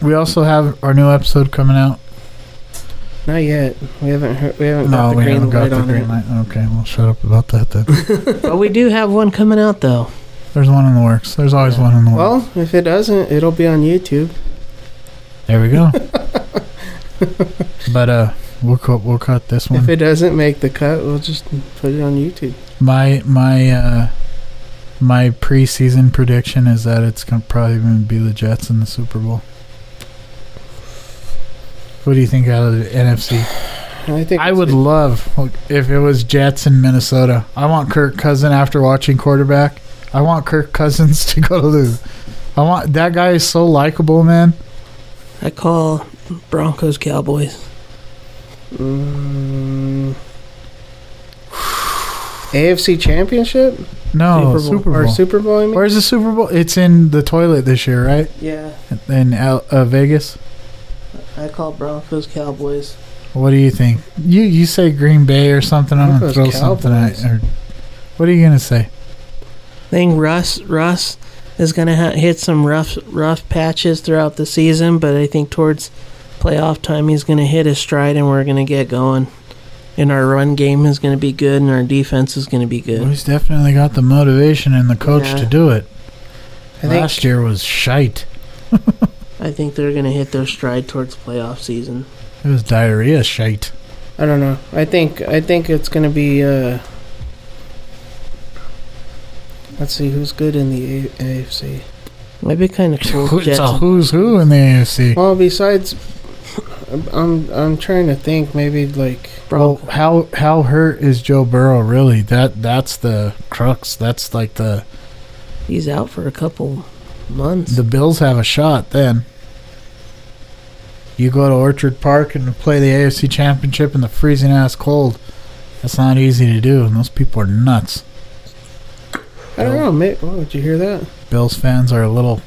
E: we also have our new episode coming out.
D: Not yet. We haven't heard, we haven't got
E: No,
D: the
E: Oh, we
D: green
E: haven't got
D: light
E: the
D: on
E: green
D: it.
E: light. Okay, we'll shut up about that then.
G: but we do have one coming out though.
E: There's one in the works. There's always one in the works.
D: Well, if it doesn't, it'll be on YouTube.
E: there
D: <laughs>
E: we go. but uh, we'll cut we'll cut this
D: If
E: one.
D: it doesn't make the cut, we'll just put it on YouTube.
E: my my uh, my preseason prediction is that it's gonna probably gonna be the Jets in the Super Bowl. What do you think out of the NFC?
D: I think
E: I
D: it's
E: would
D: good.
E: love if it was Jets in Minnesota. I want Kirk Cousin after watching quarterback. I want Kirk Cousins <laughs> to go to the. I want that guy is so likable, man.
G: I call Broncos Cowboys.
D: Mm, AFC Championship?
E: No, Oh, Super Bowl.
D: Or Super Bowl, I mean?
E: Where's the Super Bowl? It's in the toilet this year, right?
D: yeah,
E: In Al- uh, Vegas.
D: I call Broncos Cowboys.
E: What do you think? You you say Green Bay or something? I'm gonna
D: Broncos,
E: throw something at.
D: Cowboys.
E: Or, what are you gonna say?
G: think Russ Russ is going to ha- hit some rough rough patches throughout the season, but I think towards playoff time he's going to hit his stride and we're going to get going. And our run game is going to be good, and our defense is going to be
E: Well,
G: good.
E: he's definitely got the motivation and the coach
G: Yeah.
E: to do it.
D: I think-
E: Last year was shite.
G: I think they're going to hit their stride towards playoff season.
E: It was diarrhea shite.
D: I don't know. I think I think it's gonna be. Uh, let's see who's good in the A- AFC.
G: That'd be
D: <laughs>
G: kind of cool. if
E: It's a
G: Jets-
E: who's who in the AFC.
D: Well, besides, I'm I'm trying to think. Maybe like
E: Well, how how hurt is Joe Burrow really? That that's the crux. That's like the
G: He's out for a couple months.
E: the Bills have a shot then. You go to Orchard Park and play the AFC Championship in the freezing ass cold. That's not easy to do, and those people are nuts.
D: I don't know. Mick, oh, did you hear that?
E: Bills fans are a little,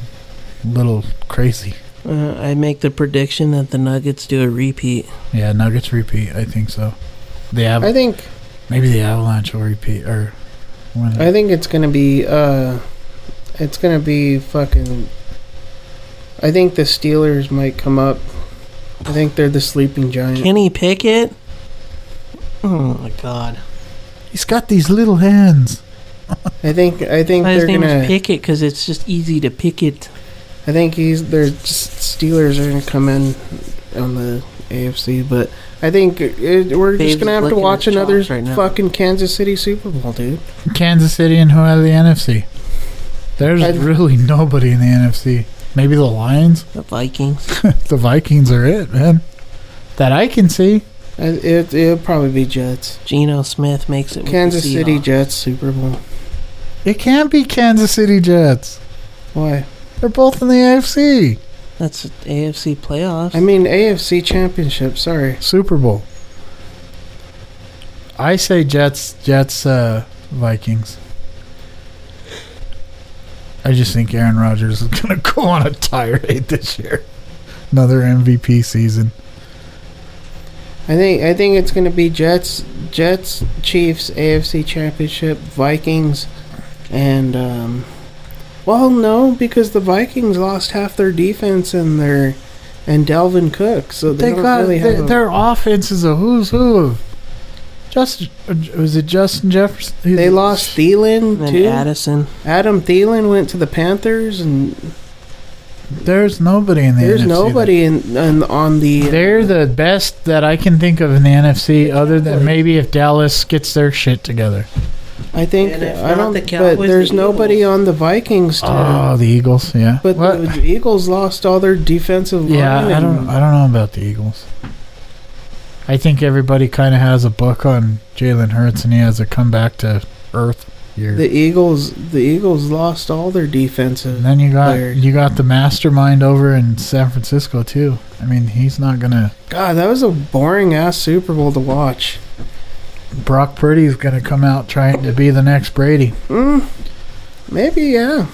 E: little crazy.
G: Uh, I make the prediction that the Nuggets do a repeat.
E: Yeah, Nuggets repeat. I think so. They have
D: I think
E: maybe the Avalanche will repeat or. Win.
D: I think it's gonna be. Uh, it's gonna be fucking. I think the Steelers might come up. I think they're the sleeping giant.
G: Kenny Pickett? Oh my god.
E: He's got these little hands.
D: I think I think
G: Why his
D: they're
G: name
D: gonna.
G: is Pickett because it's just easy to pick it.
D: I think he's their Steelers are gonna come in on the AFC, but I think it, we're
G: Babe's
D: just gonna have to
G: licking
D: watch
G: his chops
D: another
G: right now.
D: fucking Kansas City Super Bowl, dude.
E: Kansas City and who out of the NFC? There's
D: I-
E: really nobody in the NFC. Maybe the Lions.
G: The Vikings.
E: the Vikings are it, man. That I can see.
D: I- It it'll probably be Jets,
G: Geno Smith makes it. with the
D: Kansas City
G: Seahawks.
D: Jets Super Bowl.
E: It can't be Kansas City Jets.
D: Why?
E: They're both in the AFC
G: That's AFC playoffs.
D: I mean AFC Championship. Sorry,
E: Super Bowl. I say Jets, Jets, uh, Vikings. I just think Aaron Rodgers is going to go on a tirade this year. Another MVP season.
D: I think I think it's gonna be Jets, Jets, Chiefs, AFC Championship, Vikings, and um, well, no, because the Vikings lost half their defense and their and Delvin Cook, so they,
E: They
D: don't
E: got
D: really
E: their,
D: have.
E: their offense is a who's who of just was it Justin Jefferson?
D: a, they lost
G: and
D: Thielen
G: then
D: too. Adam.
G: Addison.
D: Thielen went to the Panthers, and
E: There's nobody in the
D: there's
E: NFC that-
D: nobody in, in on the.
E: They're the best that I can think of in the NFC, other than maybe if Dallas gets their shit together.
D: I think
G: And if
D: I
G: not
D: don't.
G: the
D: but
G: Cowboys, the
D: there's nobody
G: Eagles.
D: on the Vikings. To,
E: Oh, the Eagles, yeah.
D: but
E: What?
D: the Eagles lost all their defensive.
E: yeah,
D: line
E: I
D: and-
E: don't, I don't know about the Eagles. I think everybody kind of has a book on Jalen Hurts, and he has a comeback to earth year.
D: The Eagles, the Eagles lost all their defensive.
E: And then you got
D: player.
E: you got the mastermind over in San Francisco too. I mean, he's not gonna.
D: God, that was a boring ass Super Bowl to watch.
E: Brock Purdy's gonna come out trying to be the next Brady.
D: Maybe yeah,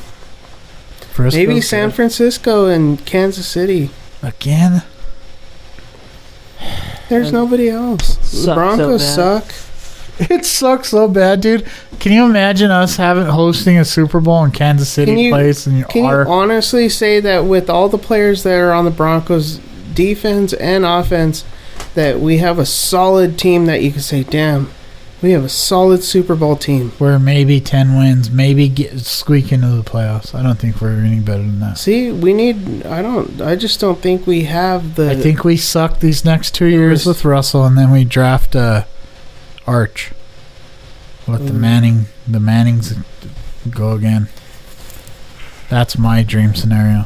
E: Frisco's
D: maybe San
E: good.
D: Francisco and Kansas City.
E: again.
D: There's nobody else. The
G: Suck so
D: Broncos
G: bad.
D: suck.
E: <laughs> It sucks so bad, dude. Can you imagine us having hosting a Super Bowl in Kansas City
D: Can you-
E: place and
D: Can
E: our
D: you honestly say that with all the players that are on the Broncos defense and offense, that we have a solid team that you can say, damn, we have a solid Super Bowl team.
E: we're maybe ten wins, maybe get squeak into the playoffs? I don't think we're any better than that.
D: See, we need. I don't. I just don't think we have the.
E: I think we suck these next two years with Russell, and then we draft uh, Arch. Let the Manning the Mannings go again. That's my dream scenario.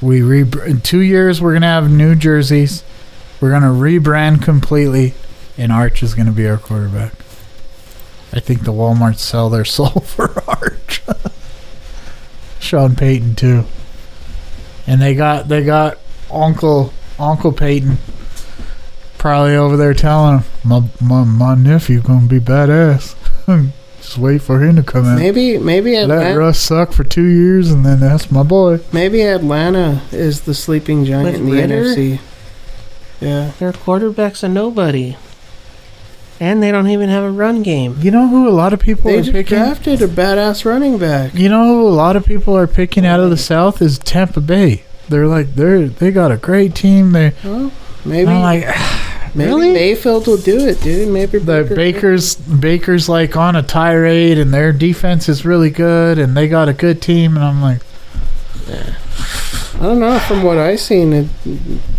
E: We re in two years we're gonna have new jerseys. We're gonna rebrand completely, and Arch is gonna be our quarterback. I think the Walmarts sell their <laughs> soul for Arch. <laughs> Sean Payton too. And they got they got Uncle Uncle Peyton probably over there telling him, my, my, my nephew gonna be badass. <laughs> Just wait for him to come out.
D: Maybe maybe
E: Let
D: Atlanta,
E: Russ suck for two years, and then that's my boy.
D: maybe Atlanta is the sleeping giant
G: With
D: in the
G: Ritter?
D: NFC. Yeah.
G: Their quarterback's a nobody. And they don't even have a run game.
E: You know who a lot of people
D: They
E: are
D: just
E: picking.
D: drafted a badass running back.
E: You know who a lot of people are picking out of the South is Tampa Bay. They're like they're they got a great team. They
D: Well, maybe
E: I'm like
D: maybe
E: really?
D: Mayfield will do it, dude. Maybe
E: the Baker's Baker's like on a tirade, and their defense is really good, and they got a good team. And I'm like,
D: I don't know. From what I seen, it,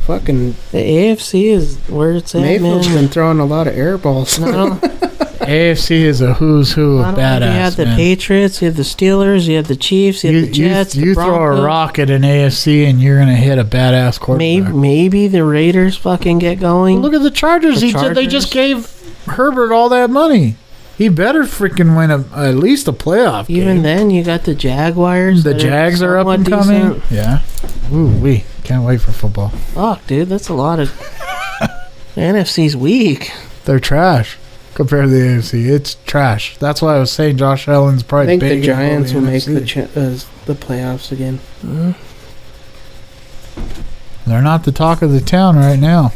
D: fucking
G: The AFC is where it's at,
D: Mayfield's
G: man.
D: been throwing a lot of air balls.
E: <laughs>
G: I don't,
E: AFC is a who's who
G: I don't
E: of
G: know. You had
E: badass.
G: the
E: man.
G: Patriots, you had the Steelers, you had the Chiefs, you had
E: You,
G: the Jets.
E: you,
G: the
E: you throw a
G: Broncos.
E: rock at an AFC, and you're gonna hit a badass quarterback.
G: Maybe, maybe the Raiders fucking get going.
E: Look at the Chargers.
G: The
E: he ju- they
G: Chargers.
E: just gave Herbert all that money. He better freaking win a, at least a playoff
G: Even
E: game.
G: then, you got the Jaguars.
E: the
G: that
E: Jags are up
G: somewhat
E: and coming.
G: decent.
E: Yeah. Ooh wee! Can't wait for football.
G: Fuck, dude, that's a lot
E: <laughs>
G: of. The NFC's weak.
E: They're trash compared to the AFC. It's trash. That's why I was saying Josh
D: <laughs>
E: Allen's
D: I
E: probably.
D: think the
E: big in all
D: Giants will make
E: NFC.
D: the cha- uh, the playoffs again.
E: They're not the talk of the town right now.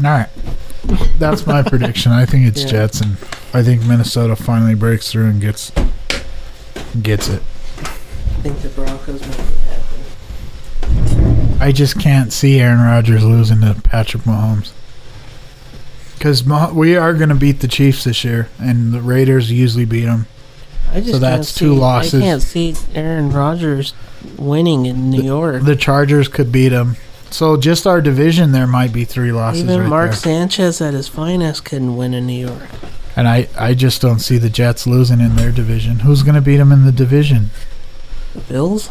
E: All right. That's
D: <laughs>
E: my prediction. I think it's
D: Yeah.
E: Jets and I think Minnesota finally breaks through and gets gets it.
D: I think the Broncos.
E: I just can't see Aaron Rodgers losing to Patrick Mahomes. Cuz we are going to beat the Chiefs this year and the Raiders usually beat them.
G: I just
E: So that's
G: can't
E: two
G: see-
E: losses.
G: I can't see Aaron Rodgers winning in New York.
E: The Chargers could beat them. So just our division there might be 3 losses
G: Even
E: right
G: Mark
E: there.
G: Sanchez at his finest couldn't win in New York.
E: And I, I just don't see the Jets losing in their division. Who's going to beat them in the division?
G: The Bills,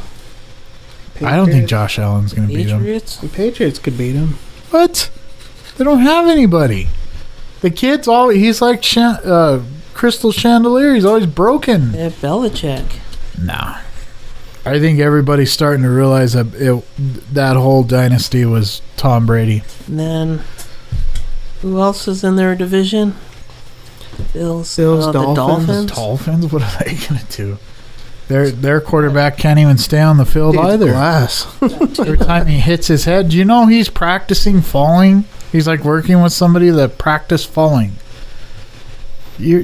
E: I don't think Josh Allen's going to beat them.
G: Patriots.
D: The Patriots could beat them.
E: What? They don't have anybody. The kid's always, he's like shan- uh, Crystal Chandelier. He's always broken.
G: They have Belichick.
E: Nah. I think everybody's starting to realize that it, that whole dynasty was Tom Brady.
G: And then who else is in their division? Bills,
D: Bills,
G: uh,
D: Dolphins,
G: the Dolphins.
E: Dolphins? What are they going to do? Their, their quarterback can't even stay on the field
D: Dude's
E: either.
D: glass.
E: <laughs> Every time he hits his head, do you know he's practicing falling? He's like working with somebody that practice falling. You're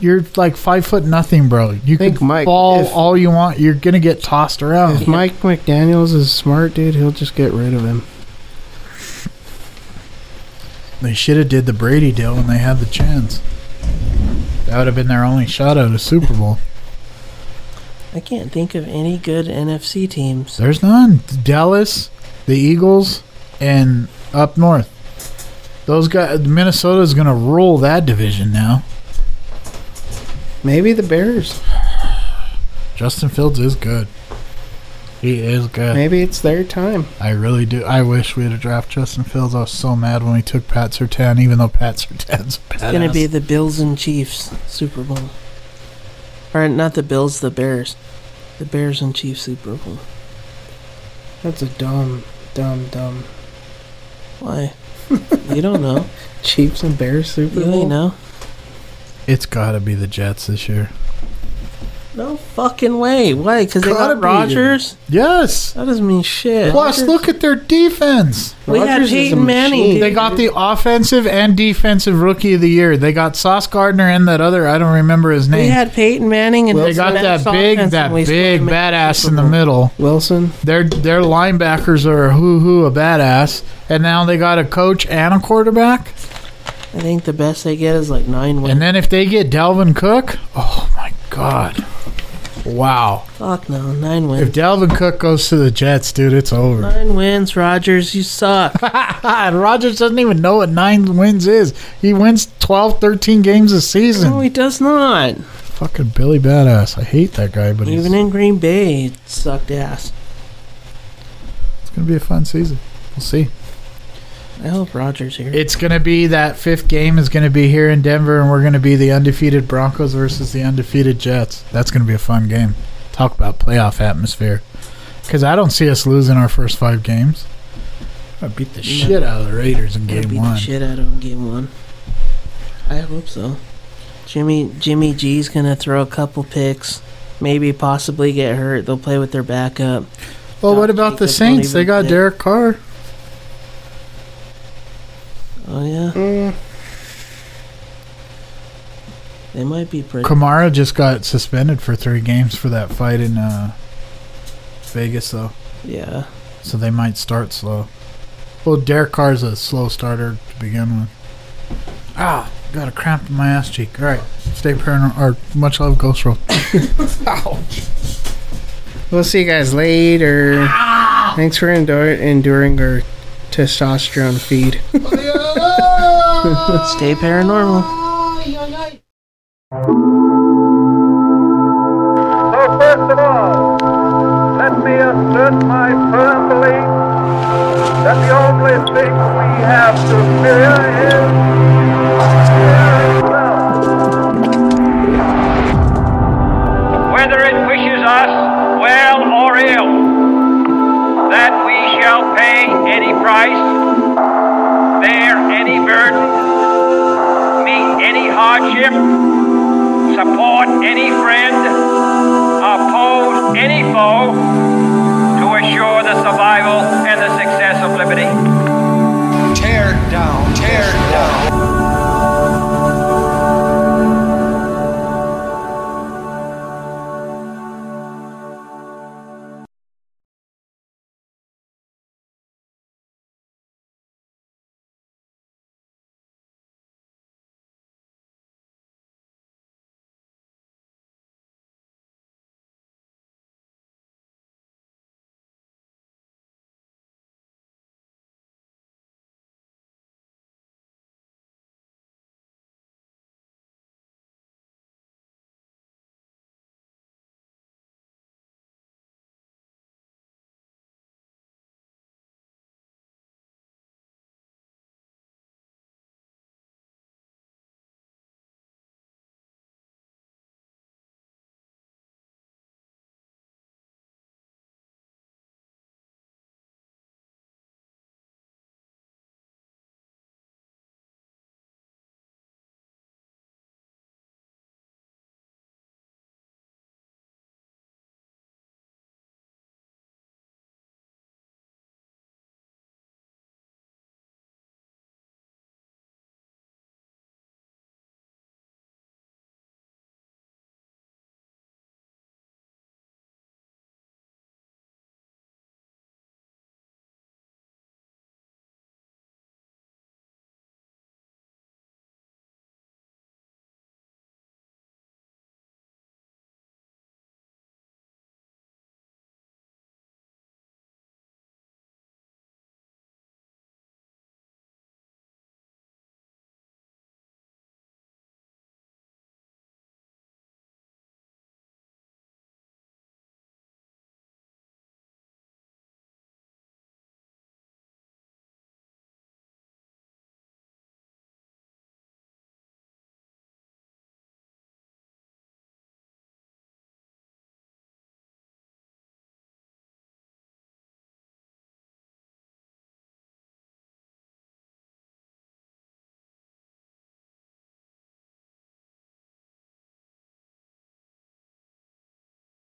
E: you're like five foot nothing, bro. You
D: Think
E: can
D: Mike-
E: fall
D: if-
E: all you want. You're gonna get tossed around.
D: If Mike McDaniel's is smart, dude, he'll just get rid of him.
E: They should have did the Brady deal when they had the chance. That would have been their only shot at a Super Bowl.
G: I can't think of any good NFC teams.
E: There's none. Dallas, the Eagles, and up north. Those guys, Minnesota's gonna rule that division now.
D: Maybe the Bears.
E: Justin Fields is good. He is good.
D: Maybe it's their time.
E: I really do. I wish we had a draft Justin Fields. I was so mad when we took Pat Sertan, even though Pat Sertan's <laughs> badass.
G: It's going to be the Bills and Chiefs Super Bowl. Or not the Bills, the Bears. The Bears and Chiefs Super Bowl.
D: That's a dumb, dumb, dumb
G: Why? you don't know.
D: Chiefs and Bears Super
G: You
D: Bowl.
G: ain't know.
E: It's got to be the Jets this year.
G: No fucking way. Why? Because they
E: Gotta be.
G: got Rodgers?
E: Yes.
G: That doesn't mean shit.
E: Plus, look at their defense.
G: We had
D: Rodgers is a
G: Peyton Manning,
D: machine.
E: They got the offensive and defensive rookie of the year. They got Sauce Gardner and that other. I don't remember his
G: We
E: name.
G: had Peyton Manning and
E: they
G: Wilson
E: got that
G: Max
E: big,
G: offense,
E: that
G: and we still
E: big
G: didn't make
E: badass
G: Super
E: in the
G: Bowl.
E: middle.
D: Wilson.
E: Their their linebackers are a hoo hoo a badass, and now they got a coach and a quarterback.
G: I think the best they get is like nine wins.
E: And then if they get Dalvin Cook, oh my god, wow!
G: Fuck no, nine
E: If
G: wins.
E: Dalvin Cook goes to the Jets, dude,
G: <laughs>
E: it's over.
G: Nine wins, Rodgers, you
E: <laughs>
G: suck.
E: and Rodgers doesn't even know what nine wins is. He wins 12, 13 games a
G: no,
E: season.
G: he does not.
E: Fucking Billy Badass. I hate that guy, but he's,
G: Even in Green Bay, it sucked ass.
E: it's gonna be a fun season. We'll see.
G: I hope Rodgers here.
E: It's gonna be that fifth game is gonna be here in Denver, and we're gonna be the undefeated Broncos versus the undefeated Jets. That's gonna be a fun game. Talk about playoff atmosphere, because I don't see us losing our first five games. I beat the shit out of the Raiders in
G: Gonna
E: game
G: beat
E: one.
G: the shit out of him game one. I hope so. Jimmy Jimmy G's gonna throw a couple picks, maybe possibly get hurt. They'll play with their backup.
E: Well, what
G: Don't
E: about
G: take
E: the
G: up, don't
E: Saints? They
G: even
E: got
G: pick.
E: Derek Carr.
G: Oh yeah,
D: Mm,
G: they might be pretty.
E: Kamara just got suspended for three games for that fight in uh, Vegas, though.
G: Yeah,
E: So they might start slow. Well, Derek Carr's a slow starter to begin with. Ah, got a cramp in my ass cheek. All right, stay paranoid. Or much love, Ghost Roll.
D: we'll see you guys later.
G: Ah!
D: Thanks for endure- enduring our testosterone feed.
G: stay paranormal.
A: So first of all, let me assert my firm belief that the only thing we have to fear is fear itself.
B: whether it wishes us well or ill, that we shall pay any price, bear any burden, meet any hardship, support any friend, oppose any